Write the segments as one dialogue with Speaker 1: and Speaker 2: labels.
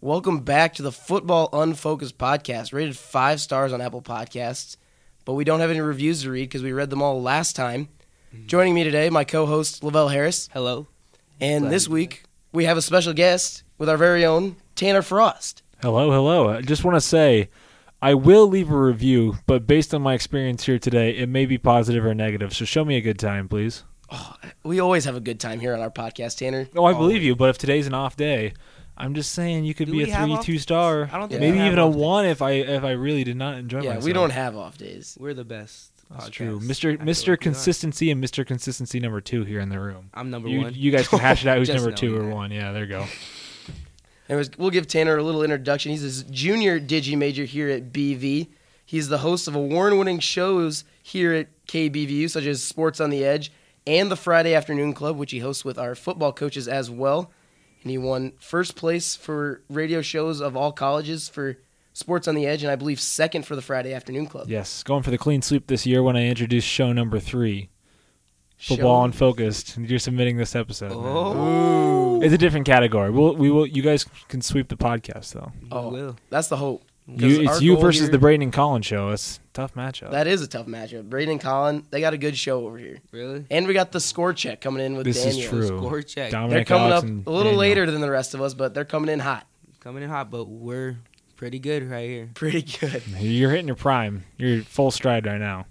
Speaker 1: Welcome back to the Football Unfocused podcast, rated five stars on Apple Podcasts. But we don't have any reviews to read because we read them all last time.
Speaker 2: Mm-hmm.
Speaker 1: Joining me today, my co host, Lavelle Harris.
Speaker 2: Hello.
Speaker 1: And
Speaker 2: Glad
Speaker 1: this
Speaker 2: to be
Speaker 1: week, we have a special guest with our very own Tanner Frost.
Speaker 3: Hello, hello. I just want to say I will leave a review, but based on my experience here today, it may be positive or negative. So show me a good time, please.
Speaker 1: Oh, We always have a good time here on our podcast, Tanner.
Speaker 3: Oh, I believe you, but if today's an off day, I'm just saying you could
Speaker 2: Do
Speaker 3: be
Speaker 2: we
Speaker 3: a
Speaker 2: have
Speaker 3: three,
Speaker 2: off
Speaker 3: two
Speaker 2: days?
Speaker 3: star.
Speaker 2: I don't think
Speaker 3: maybe
Speaker 2: we have
Speaker 3: even a
Speaker 2: off days.
Speaker 3: one if I if I really did not enjoy
Speaker 1: Yeah,
Speaker 3: myself.
Speaker 1: we don't have off days.
Speaker 2: We're the best.
Speaker 3: That's
Speaker 2: podcast.
Speaker 3: true,
Speaker 2: I
Speaker 3: Mister
Speaker 2: feel
Speaker 3: Mister
Speaker 2: like we are.
Speaker 3: Consistency and Mister Consistency number two here in the room.
Speaker 2: I'm number
Speaker 3: You,
Speaker 2: one.
Speaker 3: you guys can hash it out who's
Speaker 2: Just
Speaker 3: number
Speaker 2: know
Speaker 3: two or
Speaker 2: that.
Speaker 3: one. Yeah, there you go.
Speaker 1: Anyways, we'll give Tanner a little introduction. He's a junior digi major here at BV. He's the host of award-winning shows here at KBVU, such as Sports on the Edge and the Friday Afternoon Club, which he hosts with our football coaches as well. And he won first place for radio shows of all colleges for Sports on the Edge, and I believe second for the Friday Afternoon Club.
Speaker 3: Yes, going for the clean sweep this year when I introduce show number three,
Speaker 1: Show-
Speaker 3: football unfocused. You're submitting this episode. man.
Speaker 2: Oh.
Speaker 3: It's a different category. We'll, we will. You guys can sweep the podcast though.
Speaker 1: Oh.
Speaker 2: Oh. Will.
Speaker 1: That's the hope. 'Cause
Speaker 3: You,
Speaker 1: our
Speaker 3: it's you
Speaker 1: goal
Speaker 3: versus
Speaker 1: here-
Speaker 3: the Braden and Collins show. It's a tough matchup.
Speaker 1: That is a tough matchup. Braden and Colin, they got a good show over here.
Speaker 2: Really?
Speaker 1: And we got the score check coming in with
Speaker 3: this
Speaker 1: Daniel.
Speaker 3: is true.
Speaker 2: Score check.
Speaker 1: They're
Speaker 3: Dominic
Speaker 1: coming
Speaker 3: Alex
Speaker 1: up a
Speaker 3: and
Speaker 1: little
Speaker 3: Daniel.
Speaker 1: later than the rest of us, but they're coming in hot.
Speaker 2: Coming in hot, but we're pretty good right here.
Speaker 1: Pretty good.
Speaker 3: You're hitting your prime. You're full stride right now.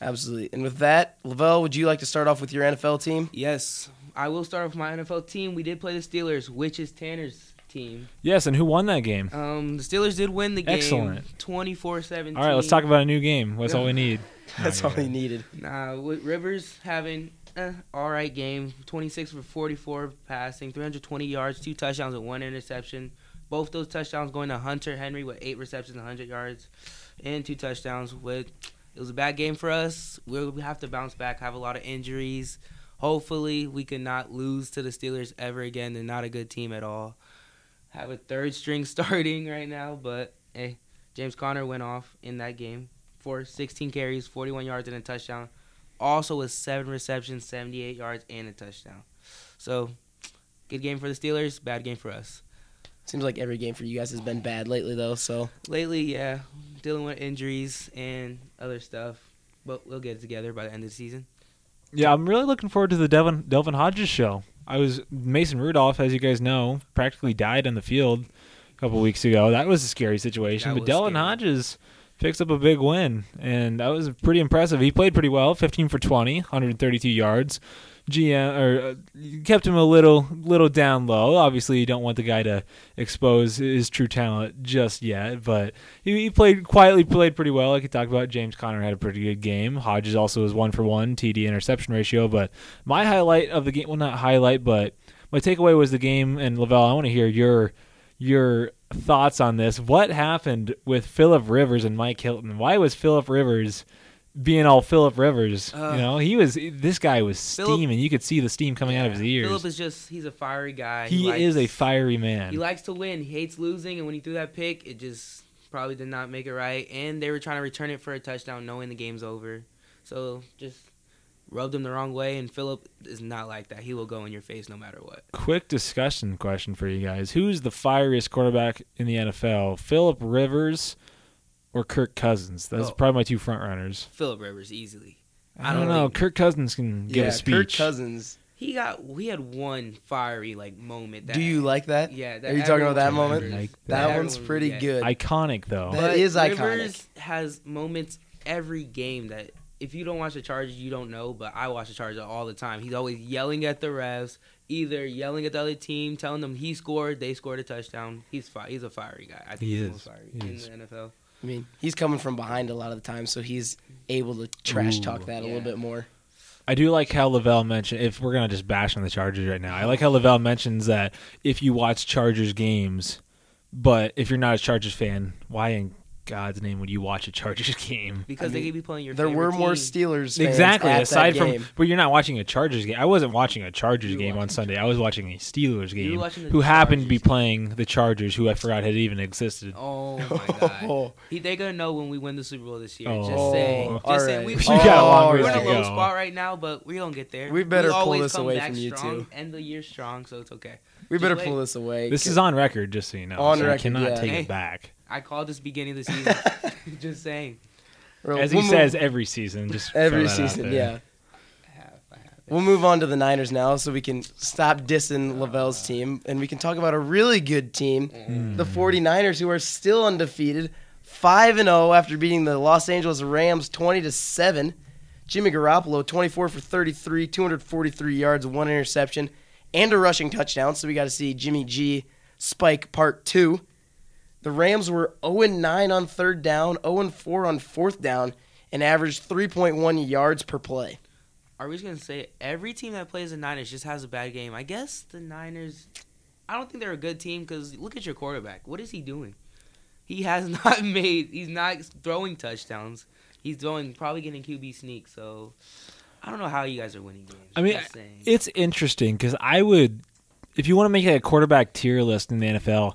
Speaker 1: Absolutely. And with that, Lavelle, would you like to start off with your NFL team?
Speaker 2: Yes. I will start off my NFL team. We did play the Steelers, which is Tanner's team.
Speaker 3: Yes, and who won that game?
Speaker 2: Um, the Steelers did win the game.
Speaker 3: Excellent.
Speaker 2: 24-17.
Speaker 3: All right, let's talk about a new game. That's all we need.
Speaker 1: That's all he needed.
Speaker 2: Nah, with Rivers having eh, all right game, 26 for 44 passing, 320 yards, two touchdowns and one interception. Both those touchdowns going to Hunter Henry with eight receptions, 100 yards, and two touchdowns. With it was a bad game for us. We'll, we have to bounce back. Have a lot of injuries. Hopefully, we can not lose to the Steelers ever again. They're not a good team at all. Have a third string starting right now, but eh, James Conner went off in that game for 16 carries, 41 yards, and a touchdown also with seven receptions, 78 yards, and a touchdown. So, good game for the Steelers, bad game for us.
Speaker 1: Seems like every game for you guys has been bad lately, though. So
Speaker 2: Lately, yeah, dealing with injuries and other stuff, but we'll get it together by the end of the season.
Speaker 3: Yeah, I'm really looking forward to the Devin Delvin Hodges show. I was Mason Rudolph, as you guys know, practically died on the field a couple weeks ago. That was a scary situation.
Speaker 2: That
Speaker 3: but
Speaker 2: was
Speaker 3: Delvin
Speaker 2: scary.
Speaker 3: Hodges picks up a big win, and that was pretty impressive. He played pretty well, 15 for 20, 132 yards. GM or uh, you kept him a little little down low. Obviously, you don't want the guy to expose his true talent just yet, but he, he played quietly, played pretty well. Like you talked about, James Conner had a pretty good game. Hodges also was one for one TD interception ratio. But my highlight of the game, well, not highlight, but my takeaway was the game. And Lavelle, I want to hear your your thoughts on this. What happened with Philip Rivers and Mike Hilton? Why was Philip Rivers? Being all Philip Rivers,
Speaker 2: Uh,
Speaker 3: you know, he was. This guy was
Speaker 2: Phillip-
Speaker 3: steaming. You could see the steam coming out of his ears.
Speaker 2: Philip is just, he's a fiery guy.
Speaker 3: he
Speaker 2: likes-
Speaker 3: is a fiery man.
Speaker 2: He likes to win. He hates losing, and when he threw that pick, it just probably did not make it right. And they were trying to return it for a touchdown, knowing the game's over. So just rubbed him the wrong way. And Philip is not like that. He will go in your face no matter what.
Speaker 3: Quick discussion question for you guys: Who's the fieriest quarterback in the NFL? Philip Rivers or Kirk Cousins? That's
Speaker 2: Oh.
Speaker 3: probably my two front runners.
Speaker 2: Philip Rivers easily.
Speaker 3: I don't know. Kirk Cousins can give
Speaker 1: yeah,
Speaker 3: a speech.
Speaker 1: Kirk Cousins.
Speaker 2: He got we had one fiery like moment. That,
Speaker 1: Do you like that?
Speaker 2: Yeah.
Speaker 1: Are you talking about that
Speaker 2: everyone
Speaker 1: moment?
Speaker 2: remembers.
Speaker 3: Like
Speaker 1: That
Speaker 2: everyone
Speaker 1: one's pretty
Speaker 2: gets.
Speaker 1: good.
Speaker 3: Iconic though.
Speaker 1: That is iconic.
Speaker 2: Rivers has moments every game that if you don't watch the Chargers, you don't know. But I watch the Chargers all the time. He's always yelling at the refs, either yelling at the other team, telling them he scored, they scored a touchdown. He's fi- he's a fiery guy. I think
Speaker 3: He
Speaker 2: he's the
Speaker 3: is.
Speaker 2: most fiery
Speaker 3: He
Speaker 2: in
Speaker 3: is.
Speaker 2: the NFL.
Speaker 1: I mean, he's coming from behind a lot of the time, so he's able to trash talk
Speaker 3: Ooh.
Speaker 1: that a
Speaker 2: Yeah.
Speaker 1: little bit more.
Speaker 3: I do like how Lavelle mentioned. If we're gonna just bash on the Chargers right now, I like how Lavelle mentions that if you watch Chargers games, but if you're not a Chargers fan, why in God's name would you watch a Chargers game?
Speaker 2: Because
Speaker 1: I
Speaker 2: they
Speaker 1: mean,
Speaker 2: could be playing your.
Speaker 1: There
Speaker 2: favorite
Speaker 1: were more
Speaker 2: team.
Speaker 1: Steelers. Fans
Speaker 3: Exactly.
Speaker 1: at that
Speaker 3: Aside from,
Speaker 1: game.
Speaker 3: but you're not watching a Chargers game. I wasn't watching a Chargers
Speaker 2: You were
Speaker 3: game on
Speaker 2: watching-
Speaker 3: Sunday. I was watching a Steelers
Speaker 2: You were
Speaker 3: game.
Speaker 2: watching the
Speaker 3: Who happened to be
Speaker 2: Chargers.
Speaker 3: playing the Chargers, who I forgot had even existed.
Speaker 2: Oh my god. He, they're gonna know when we win the Super Bowl this year.
Speaker 3: Oh.
Speaker 2: Just saying. Just
Speaker 1: All
Speaker 2: saying.
Speaker 1: right.
Speaker 2: We,
Speaker 3: You got a long
Speaker 2: we're
Speaker 3: ways
Speaker 2: in a
Speaker 3: to
Speaker 2: low
Speaker 3: go.
Speaker 2: spot right now, but we don't get there.
Speaker 1: We better pull
Speaker 2: always
Speaker 1: this
Speaker 2: come
Speaker 1: away
Speaker 2: back
Speaker 1: from you
Speaker 2: strong,
Speaker 1: two.
Speaker 2: End the year strong, so it's okay.
Speaker 1: We better
Speaker 2: wait.
Speaker 1: pull this away.
Speaker 3: This is on record, just so you know.
Speaker 1: On
Speaker 3: so
Speaker 1: record,
Speaker 3: you cannot
Speaker 1: yeah.
Speaker 3: take
Speaker 2: Hey.
Speaker 3: it back.
Speaker 2: I called this beginning of the season. Just saying.
Speaker 1: Or
Speaker 3: As he
Speaker 1: we'll move-
Speaker 3: says every season, just throw
Speaker 1: every
Speaker 3: that out
Speaker 1: season.
Speaker 3: there.
Speaker 1: Yeah,
Speaker 2: I have, I have.
Speaker 1: we'll move on to the Niners now, so we can stop dissing Lavelle's team, and we can talk about a really good team, the 49ers, who are still undefeated, five and zero after beating the Los Angeles Rams twenty to seven. Jimmy Garoppolo, 24 for 33, 243 yards, one interception, and a rushing touchdown. So we got to see Jimmy G spike part two. The Rams were 0 9 on third down, 0 4 on fourth down, and averaged 3.1 yards per play.
Speaker 2: Are we just gonna say every team that plays the Niners just has a bad game? I guess the Niners. I don't think they're a good team because look at your quarterback. What is he doing? He has not made. He's not throwing touchdowns. He's throwing probably getting QB sneak. So I don't know how you guys are winning games.
Speaker 3: I mean,
Speaker 2: Just saying.
Speaker 3: It's interesting because I would, if you want to make a quarterback tier list in the NFL,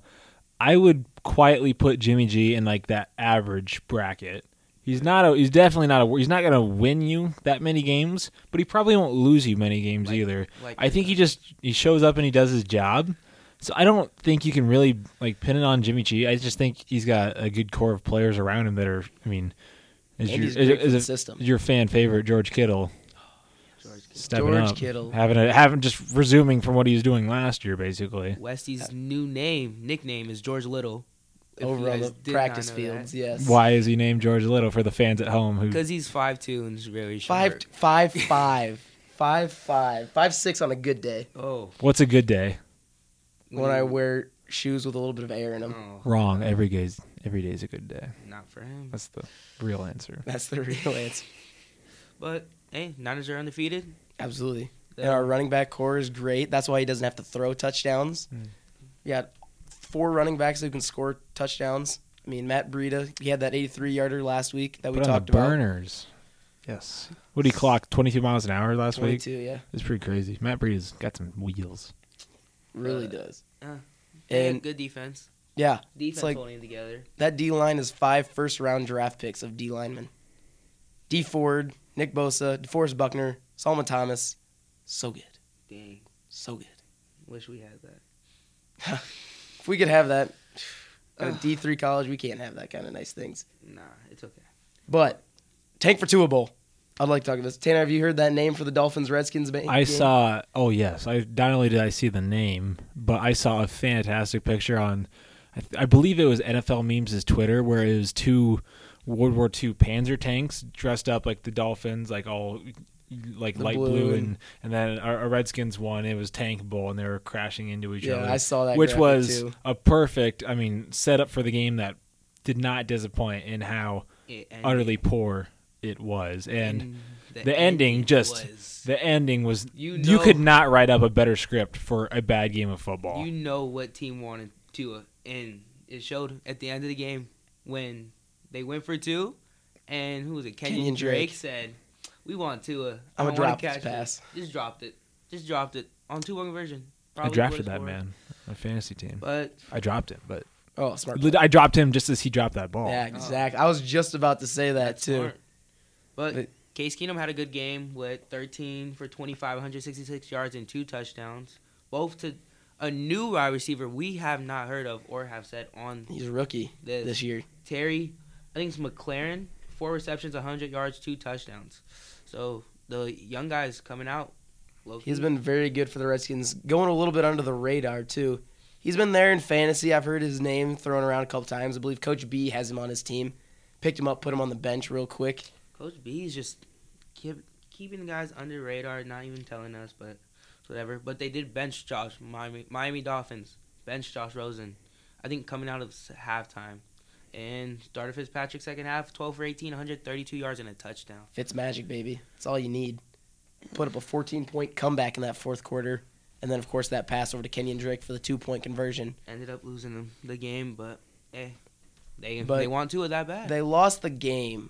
Speaker 3: I would quietly put Jimmy G in like that average bracket. He's not a. He's definitely not a. He's not gonna win you that many games, but he probably won't lose you many games
Speaker 2: Like-
Speaker 3: either.
Speaker 2: like uh,
Speaker 3: I think he just he shows up and he does his job. So I don't think you can really like pin it on Jimmy G. I just think he's got a good core of players around him that are. I mean, is
Speaker 1: And
Speaker 3: your
Speaker 1: he's great for
Speaker 3: is,
Speaker 1: the
Speaker 3: is
Speaker 1: system. Mm-hmm.
Speaker 3: your fan favorite George Kittle
Speaker 2: George Kittle.
Speaker 3: stepping
Speaker 1: George
Speaker 3: up,
Speaker 1: Kittle.
Speaker 3: having a, having just resuming from what he was doing last year, basically.
Speaker 2: Westy's new name nickname is George Little. If you
Speaker 1: over on
Speaker 2: guys
Speaker 1: the
Speaker 2: did not
Speaker 1: practice
Speaker 2: know
Speaker 1: fields,
Speaker 2: that.
Speaker 1: yes.
Speaker 3: Why is he named George Little for the fans at home? Who
Speaker 2: Because he's five two and is very short.
Speaker 1: Five, five, five, five, five, five, six on a good day
Speaker 2: oh,
Speaker 3: what's a good day?
Speaker 1: when I wear shoes with a little bit of air in them.
Speaker 2: Oh,
Speaker 3: Wrong. Every day's every day's a good day.
Speaker 2: not for him.
Speaker 3: That's the real answer.
Speaker 1: That's the real answer.
Speaker 2: But hey, Niners are undefeated.
Speaker 1: Absolutely. And our running back core is great. That's why he doesn't have to throw touchdowns.
Speaker 3: Mm.
Speaker 1: You got four running backs who can score touchdowns. I mean, Matt Breida, he had that 83 yarder last week that we
Speaker 3: Put on
Speaker 1: talked
Speaker 3: the
Speaker 1: about.
Speaker 3: burners. Yes. What did he clock? Twenty two miles an hour last week.
Speaker 1: 22, yeah.
Speaker 3: It's pretty crazy. Matt Breida's got some wheels.
Speaker 1: Really
Speaker 2: Uh,
Speaker 1: does.
Speaker 2: uh, They have
Speaker 1: and
Speaker 2: good defense.
Speaker 1: yeah,
Speaker 2: Defense
Speaker 1: like-
Speaker 2: holding it together.
Speaker 1: that D line is five first round draft picks of D linemen D Ford, Nick Bosa, DeForest Buckner, Solomon Thomas. So good.
Speaker 2: Dang,
Speaker 1: So good.
Speaker 2: wish we had that.
Speaker 1: If we could have that at a
Speaker 2: Ugh.
Speaker 1: D3 college, we can't have that kind of nice things.
Speaker 2: Nah, it's okay.
Speaker 1: But tank for Tua Bowl. I'd like to talk about this. Tanner, have you heard that name for the Dolphins Redskins? Ba-
Speaker 3: I
Speaker 1: game?
Speaker 3: saw. Oh yes. I not only did I see the name, but I saw a fantastic picture on. I, th- I believe it was NFL memes' Twitter where it was two World War II Panzer tanks dressed up like the Dolphins, like all like
Speaker 1: The
Speaker 3: light
Speaker 1: blue
Speaker 3: blue,
Speaker 1: and-
Speaker 3: and, and then a, a Redskins one. It was Tank Bowl, and they were crashing into each
Speaker 1: Yeah,
Speaker 3: other.
Speaker 1: I saw that.
Speaker 3: which
Speaker 1: graphic,
Speaker 3: was
Speaker 1: too.
Speaker 3: a perfect. I mean, setup for the game that did not disappoint in how
Speaker 2: It ended.
Speaker 3: utterly poor it was, and
Speaker 2: the,
Speaker 3: the ending just-
Speaker 2: was-
Speaker 3: the ending was
Speaker 2: You
Speaker 3: you,
Speaker 2: know-
Speaker 3: could not write up a better script for a bad game of football.
Speaker 2: you know what team wanted Tua, and it showed at the end of the game when they went for two, and who was it? Kenyon,
Speaker 1: Kenyon Drake.
Speaker 2: Drake. said, "We want Tua.
Speaker 1: I'ma
Speaker 2: don't wanna
Speaker 1: drop this
Speaker 2: catch it."
Speaker 1: pass.
Speaker 2: Just dropped it. Just dropped it on two one conversion.
Speaker 3: I
Speaker 2: Probably
Speaker 3: drafted
Speaker 2: would've
Speaker 3: that
Speaker 2: scored.
Speaker 3: man, my fantasy team.
Speaker 2: But
Speaker 3: I dropped him, but
Speaker 1: Oh, smart.
Speaker 3: Lit- I dropped him just as he dropped that ball.
Speaker 1: Yeah, exactly. I was just about to say that
Speaker 2: Oh. That's
Speaker 1: too.
Speaker 2: smart. But
Speaker 1: But-
Speaker 2: Case Keenum had a good game with 13 for 25, 166 yards and two touchdowns, both to a new wide receiver we have not heard of or have said on
Speaker 1: He's a rookie
Speaker 2: this.
Speaker 1: this year.
Speaker 2: Terry, I think it's McLaren, four receptions, 100 yards, two touchdowns. So the young guy's coming out. low
Speaker 1: He's
Speaker 2: key.
Speaker 1: been very good for the Redskins, going a little bit under the radar too. He's been there in fantasy. I've heard his name thrown around a couple times. I believe Coach B has him on his team. Picked him up, put him on the bench real quick.
Speaker 2: Coach B is just keep, keeping the guys under radar, not even telling us, but it's whatever. But they did bench Josh Miami, Miami Dolphins bench Josh Rosen. I think coming out of s- halftime and started Fitzpatrick second half, 12 for 18, 132 yards and a touchdown.
Speaker 1: Fitz magic, baby. That's all you need. Put up a 14 point comeback in that fourth quarter. And then, of course, that pass over to Kenyon Drake for the two point conversion.
Speaker 2: Ended up losing them the game, but hey, they
Speaker 1: But
Speaker 2: they want two of that bad.
Speaker 1: They lost the game,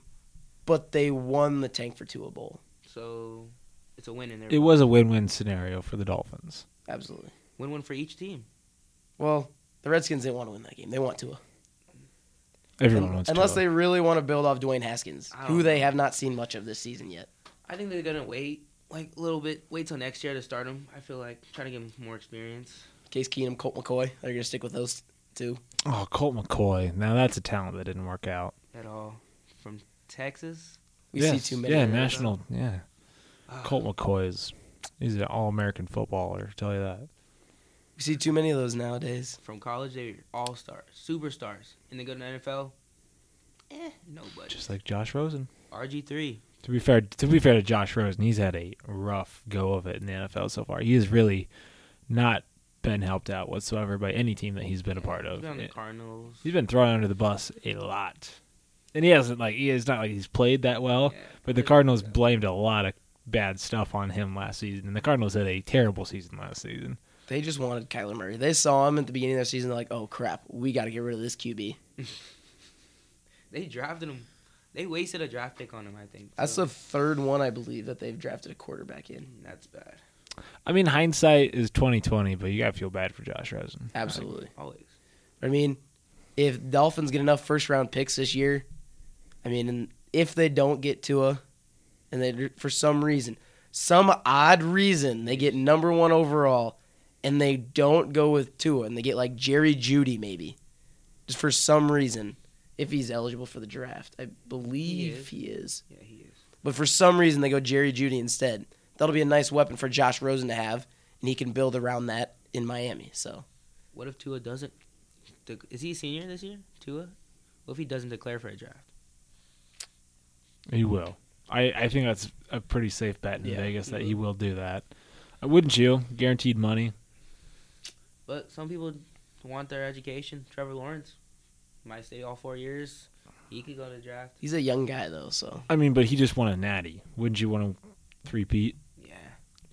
Speaker 1: but they won the Tank for Tua Bowl.
Speaker 2: so it's a win in there.
Speaker 3: It was a win-win scenario for the Dolphins.
Speaker 1: Absolutely.
Speaker 2: win one for each team.
Speaker 1: Well, the Redskins didn't want to win that game. They want Tua.
Speaker 3: Everyone wants
Speaker 1: Unless
Speaker 3: Tua.
Speaker 1: they really want to build off Dwayne Haskins,
Speaker 2: I don't
Speaker 1: who they
Speaker 2: know.
Speaker 1: have not seen much of this season yet.
Speaker 2: I think they're gonna wait like a little bit, wait till next year to start him. I feel like trying to get more experience.
Speaker 1: Case Keenum, Colt McCoy. They're going to stick with those two.
Speaker 3: Oh, Colt McCoy. Now that's a talent that didn't work out.
Speaker 2: at all from Texas.
Speaker 1: We see
Speaker 3: Yes.
Speaker 1: too many.
Speaker 3: Yeah,
Speaker 1: right now.
Speaker 3: national. Yeah,
Speaker 2: Ah,
Speaker 3: Colt McCoy is he's an all-American footballer. Tell you that.
Speaker 1: We see too many of those nowadays.
Speaker 2: From college, they were all stars, superstars, and they go to the NFL. Eh, nobody.
Speaker 3: Just like Josh Rosen.
Speaker 2: RG three.
Speaker 3: To be fair, to be fair to Josh Rosen, he's had a rough go of it in the NFL so far. He has really not been helped out whatsoever by any team that he's been a part of.
Speaker 2: He's been on the
Speaker 3: Yeah.
Speaker 2: Cardinals.
Speaker 3: He's been thrown under the bus a lot, and he hasn't like he is not like he's played that well.
Speaker 2: Yeah.
Speaker 3: But the Cardinals blamed a lot of bad stuff on him last season, and the Cardinals had a terrible season last season.
Speaker 1: They just wanted Kyler Murray. They saw him at the beginning of their season. They're like, oh, crap. We got to get rid of this QB.
Speaker 2: They drafted him. They wasted a draft pick on him. I think
Speaker 1: That's
Speaker 2: so.
Speaker 1: the third one, I believe, that they've drafted a quarterback in.
Speaker 2: That's bad.
Speaker 3: I mean, hindsight is twenty twenty, but you gotta feel bad for Josh Rosen.
Speaker 1: Absolutely.
Speaker 2: Always.
Speaker 1: I mean, if Dolphins get enough first round picks this year, I mean, and if they don't get Tua, and they for some reason, some odd reason, they get number one overall, and they don't go with Tua, and they get like Jerry Judy maybe, just for some reason, if he's eligible for the draft, I believe he is.
Speaker 2: Yeah, he is.
Speaker 1: But for some reason, they go Jerry Judy instead. That'll be a nice weapon for Josh Rosen to have, and he can build around that in Miami. So
Speaker 2: What if Tua doesn't? de- Is he a senior this year? Tua. What if he doesn't declare for a draft?
Speaker 3: He will. I, I think that's a pretty safe bet in
Speaker 1: Yeah,
Speaker 3: Vegas
Speaker 2: he
Speaker 3: that he will do that. Uh, Wouldn't you? Guaranteed money.
Speaker 2: But some people want their education. Trevor Lawrence might stay all four years. He could go to the draft.
Speaker 1: he's a young guy though, so.
Speaker 3: I mean, but he just won a natty. Wouldn't you want to three peat,
Speaker 2: Yeah,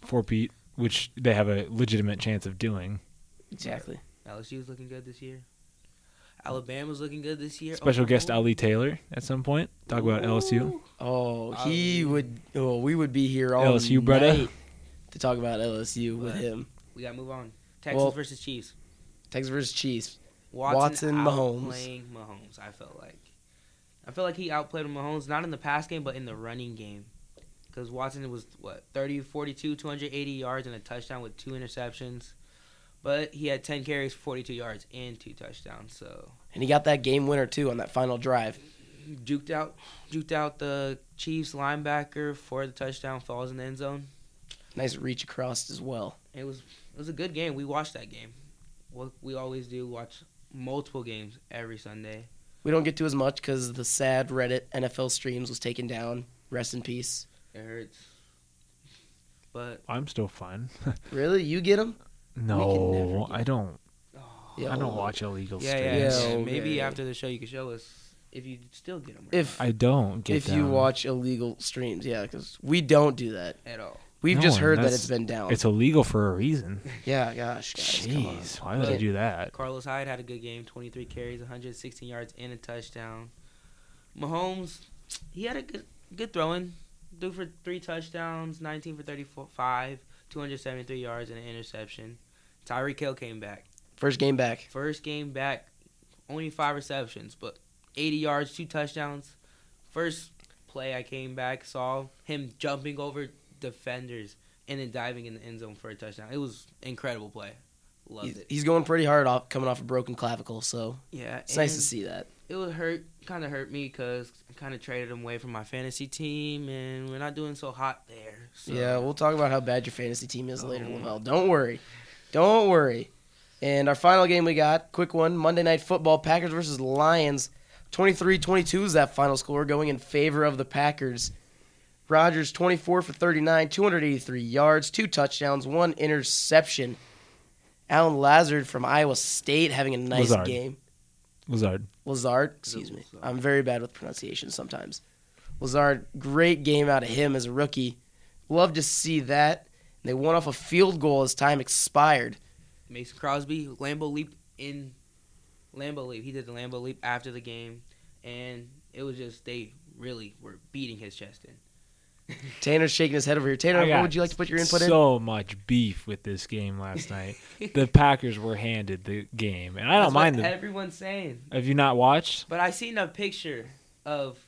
Speaker 3: four peat, which they have a legitimate chance of doing,
Speaker 1: Exactly.
Speaker 2: LSU's looking good this year.
Speaker 1: Hmm.
Speaker 2: Alabama's looking good this year. Oh,
Speaker 3: Special guest
Speaker 2: Oklahoma-
Speaker 3: Ali Taylor at some point. Talk about LSU.
Speaker 2: Ooh.
Speaker 1: Oh, he
Speaker 2: Ali.
Speaker 1: would. Oh, we would be here all
Speaker 3: LSU, brother.
Speaker 1: night to talk about LSU with
Speaker 2: What?
Speaker 1: him.
Speaker 2: We gotta move on. Texas
Speaker 1: Well-
Speaker 2: versus Chiefs.
Speaker 1: Texas versus Chiefs. Watson,
Speaker 2: Watson,
Speaker 1: Mahomes.
Speaker 2: outplaying Mahomes. I felt like, I felt like he outplayed Mahomes not in the pass game but in the running game, because Watson was what 30, 42, 280 yards and a touchdown with two interceptions, but he had 10 carries, 42 yards and two touchdowns. So
Speaker 1: And he got that game winner too on that final drive.
Speaker 2: juked out, juked out the Chiefs linebacker for the touchdown, falls in the end zone.
Speaker 1: Nice reach across as well.
Speaker 2: It was it was a good game. We watched that game. What we always do, watch multiple games every Sunday.
Speaker 1: We don't get to as much because the sad Reddit NFL streams was taken down. Rest in peace.
Speaker 2: It hurts, but
Speaker 3: I'm still fine.
Speaker 1: Really, you get him?
Speaker 3: No,
Speaker 1: never
Speaker 3: I don't.
Speaker 2: oh,
Speaker 1: Yeah.
Speaker 3: I don't watch illegal
Speaker 2: yeah, yeah,
Speaker 3: streams.
Speaker 1: Yeah,
Speaker 2: yeah.
Speaker 1: okay.
Speaker 2: Maybe after the show you could show us if you still get them
Speaker 1: If
Speaker 3: I don't get
Speaker 1: if you
Speaker 3: down.
Speaker 1: watch illegal streams, yeah, because we don't do that.
Speaker 2: at all.
Speaker 1: We've
Speaker 3: No,
Speaker 1: just heard that
Speaker 3: that's-
Speaker 1: it's been down.
Speaker 3: It's illegal for a reason.
Speaker 1: yeah, gosh, guys, come on.
Speaker 3: Jeez, why would I
Speaker 1: But-
Speaker 3: do that?
Speaker 2: Carlos Hyde had a good game, 23 carries, 116 yards and a touchdown. Mahomes, he had a good good throwing, threw for three touchdowns, 19 for 35, 273 yards and an interception. Tyreek Hill came back.
Speaker 1: First game back.
Speaker 2: First game back, only five receptions, but 80 yards, two touchdowns. First play I came back, saw him jumping over defenders and then diving in the end zone for a touchdown. It was incredible play. Loved
Speaker 1: He's,
Speaker 2: it.
Speaker 1: he's going pretty hard off coming off a broken clavicle, so
Speaker 2: Yeah,
Speaker 1: it's nice to
Speaker 2: and
Speaker 1: see that.
Speaker 2: It would hurt, kind of hurt me because I kind of traded him away from my fantasy team, and we're not doing so hot there. So.
Speaker 1: Yeah, we'll talk about how bad your fantasy team is later,
Speaker 2: Oh.
Speaker 1: Lavelle. Don't worry. Don't worry. And our final game we got, quick one Monday Night Football, Packers versus Lions. 23 22 is that final score, going in favor of the Packers. Rodgers, 24 for 39, 283 yards, two touchdowns, one interception. Alan Lazard from Iowa State having a nice
Speaker 3: Lazard.
Speaker 1: game.
Speaker 3: Lazard.
Speaker 1: Lazard, excuse me.
Speaker 2: Lazard.
Speaker 1: I'm very bad with pronunciation sometimes. Lazard, great game out of him as a rookie. Love to see that. And they won off a field goal as time expired.
Speaker 2: Mason Crosby, Lambo leaped in Lambo leap. He did the Lambo leap after the game, and it was just they really were beating his chest in.
Speaker 1: Tanner's shaking his head over here.
Speaker 3: I
Speaker 1: Tanner, what
Speaker 3: got
Speaker 1: would you like to put your input in?
Speaker 3: so much beef with this game last night. the Packers were handed the game, and I
Speaker 2: That's
Speaker 3: don't mind
Speaker 2: what
Speaker 3: them.
Speaker 2: everyone's saying.
Speaker 3: Have you not watched?
Speaker 2: But I seen a picture of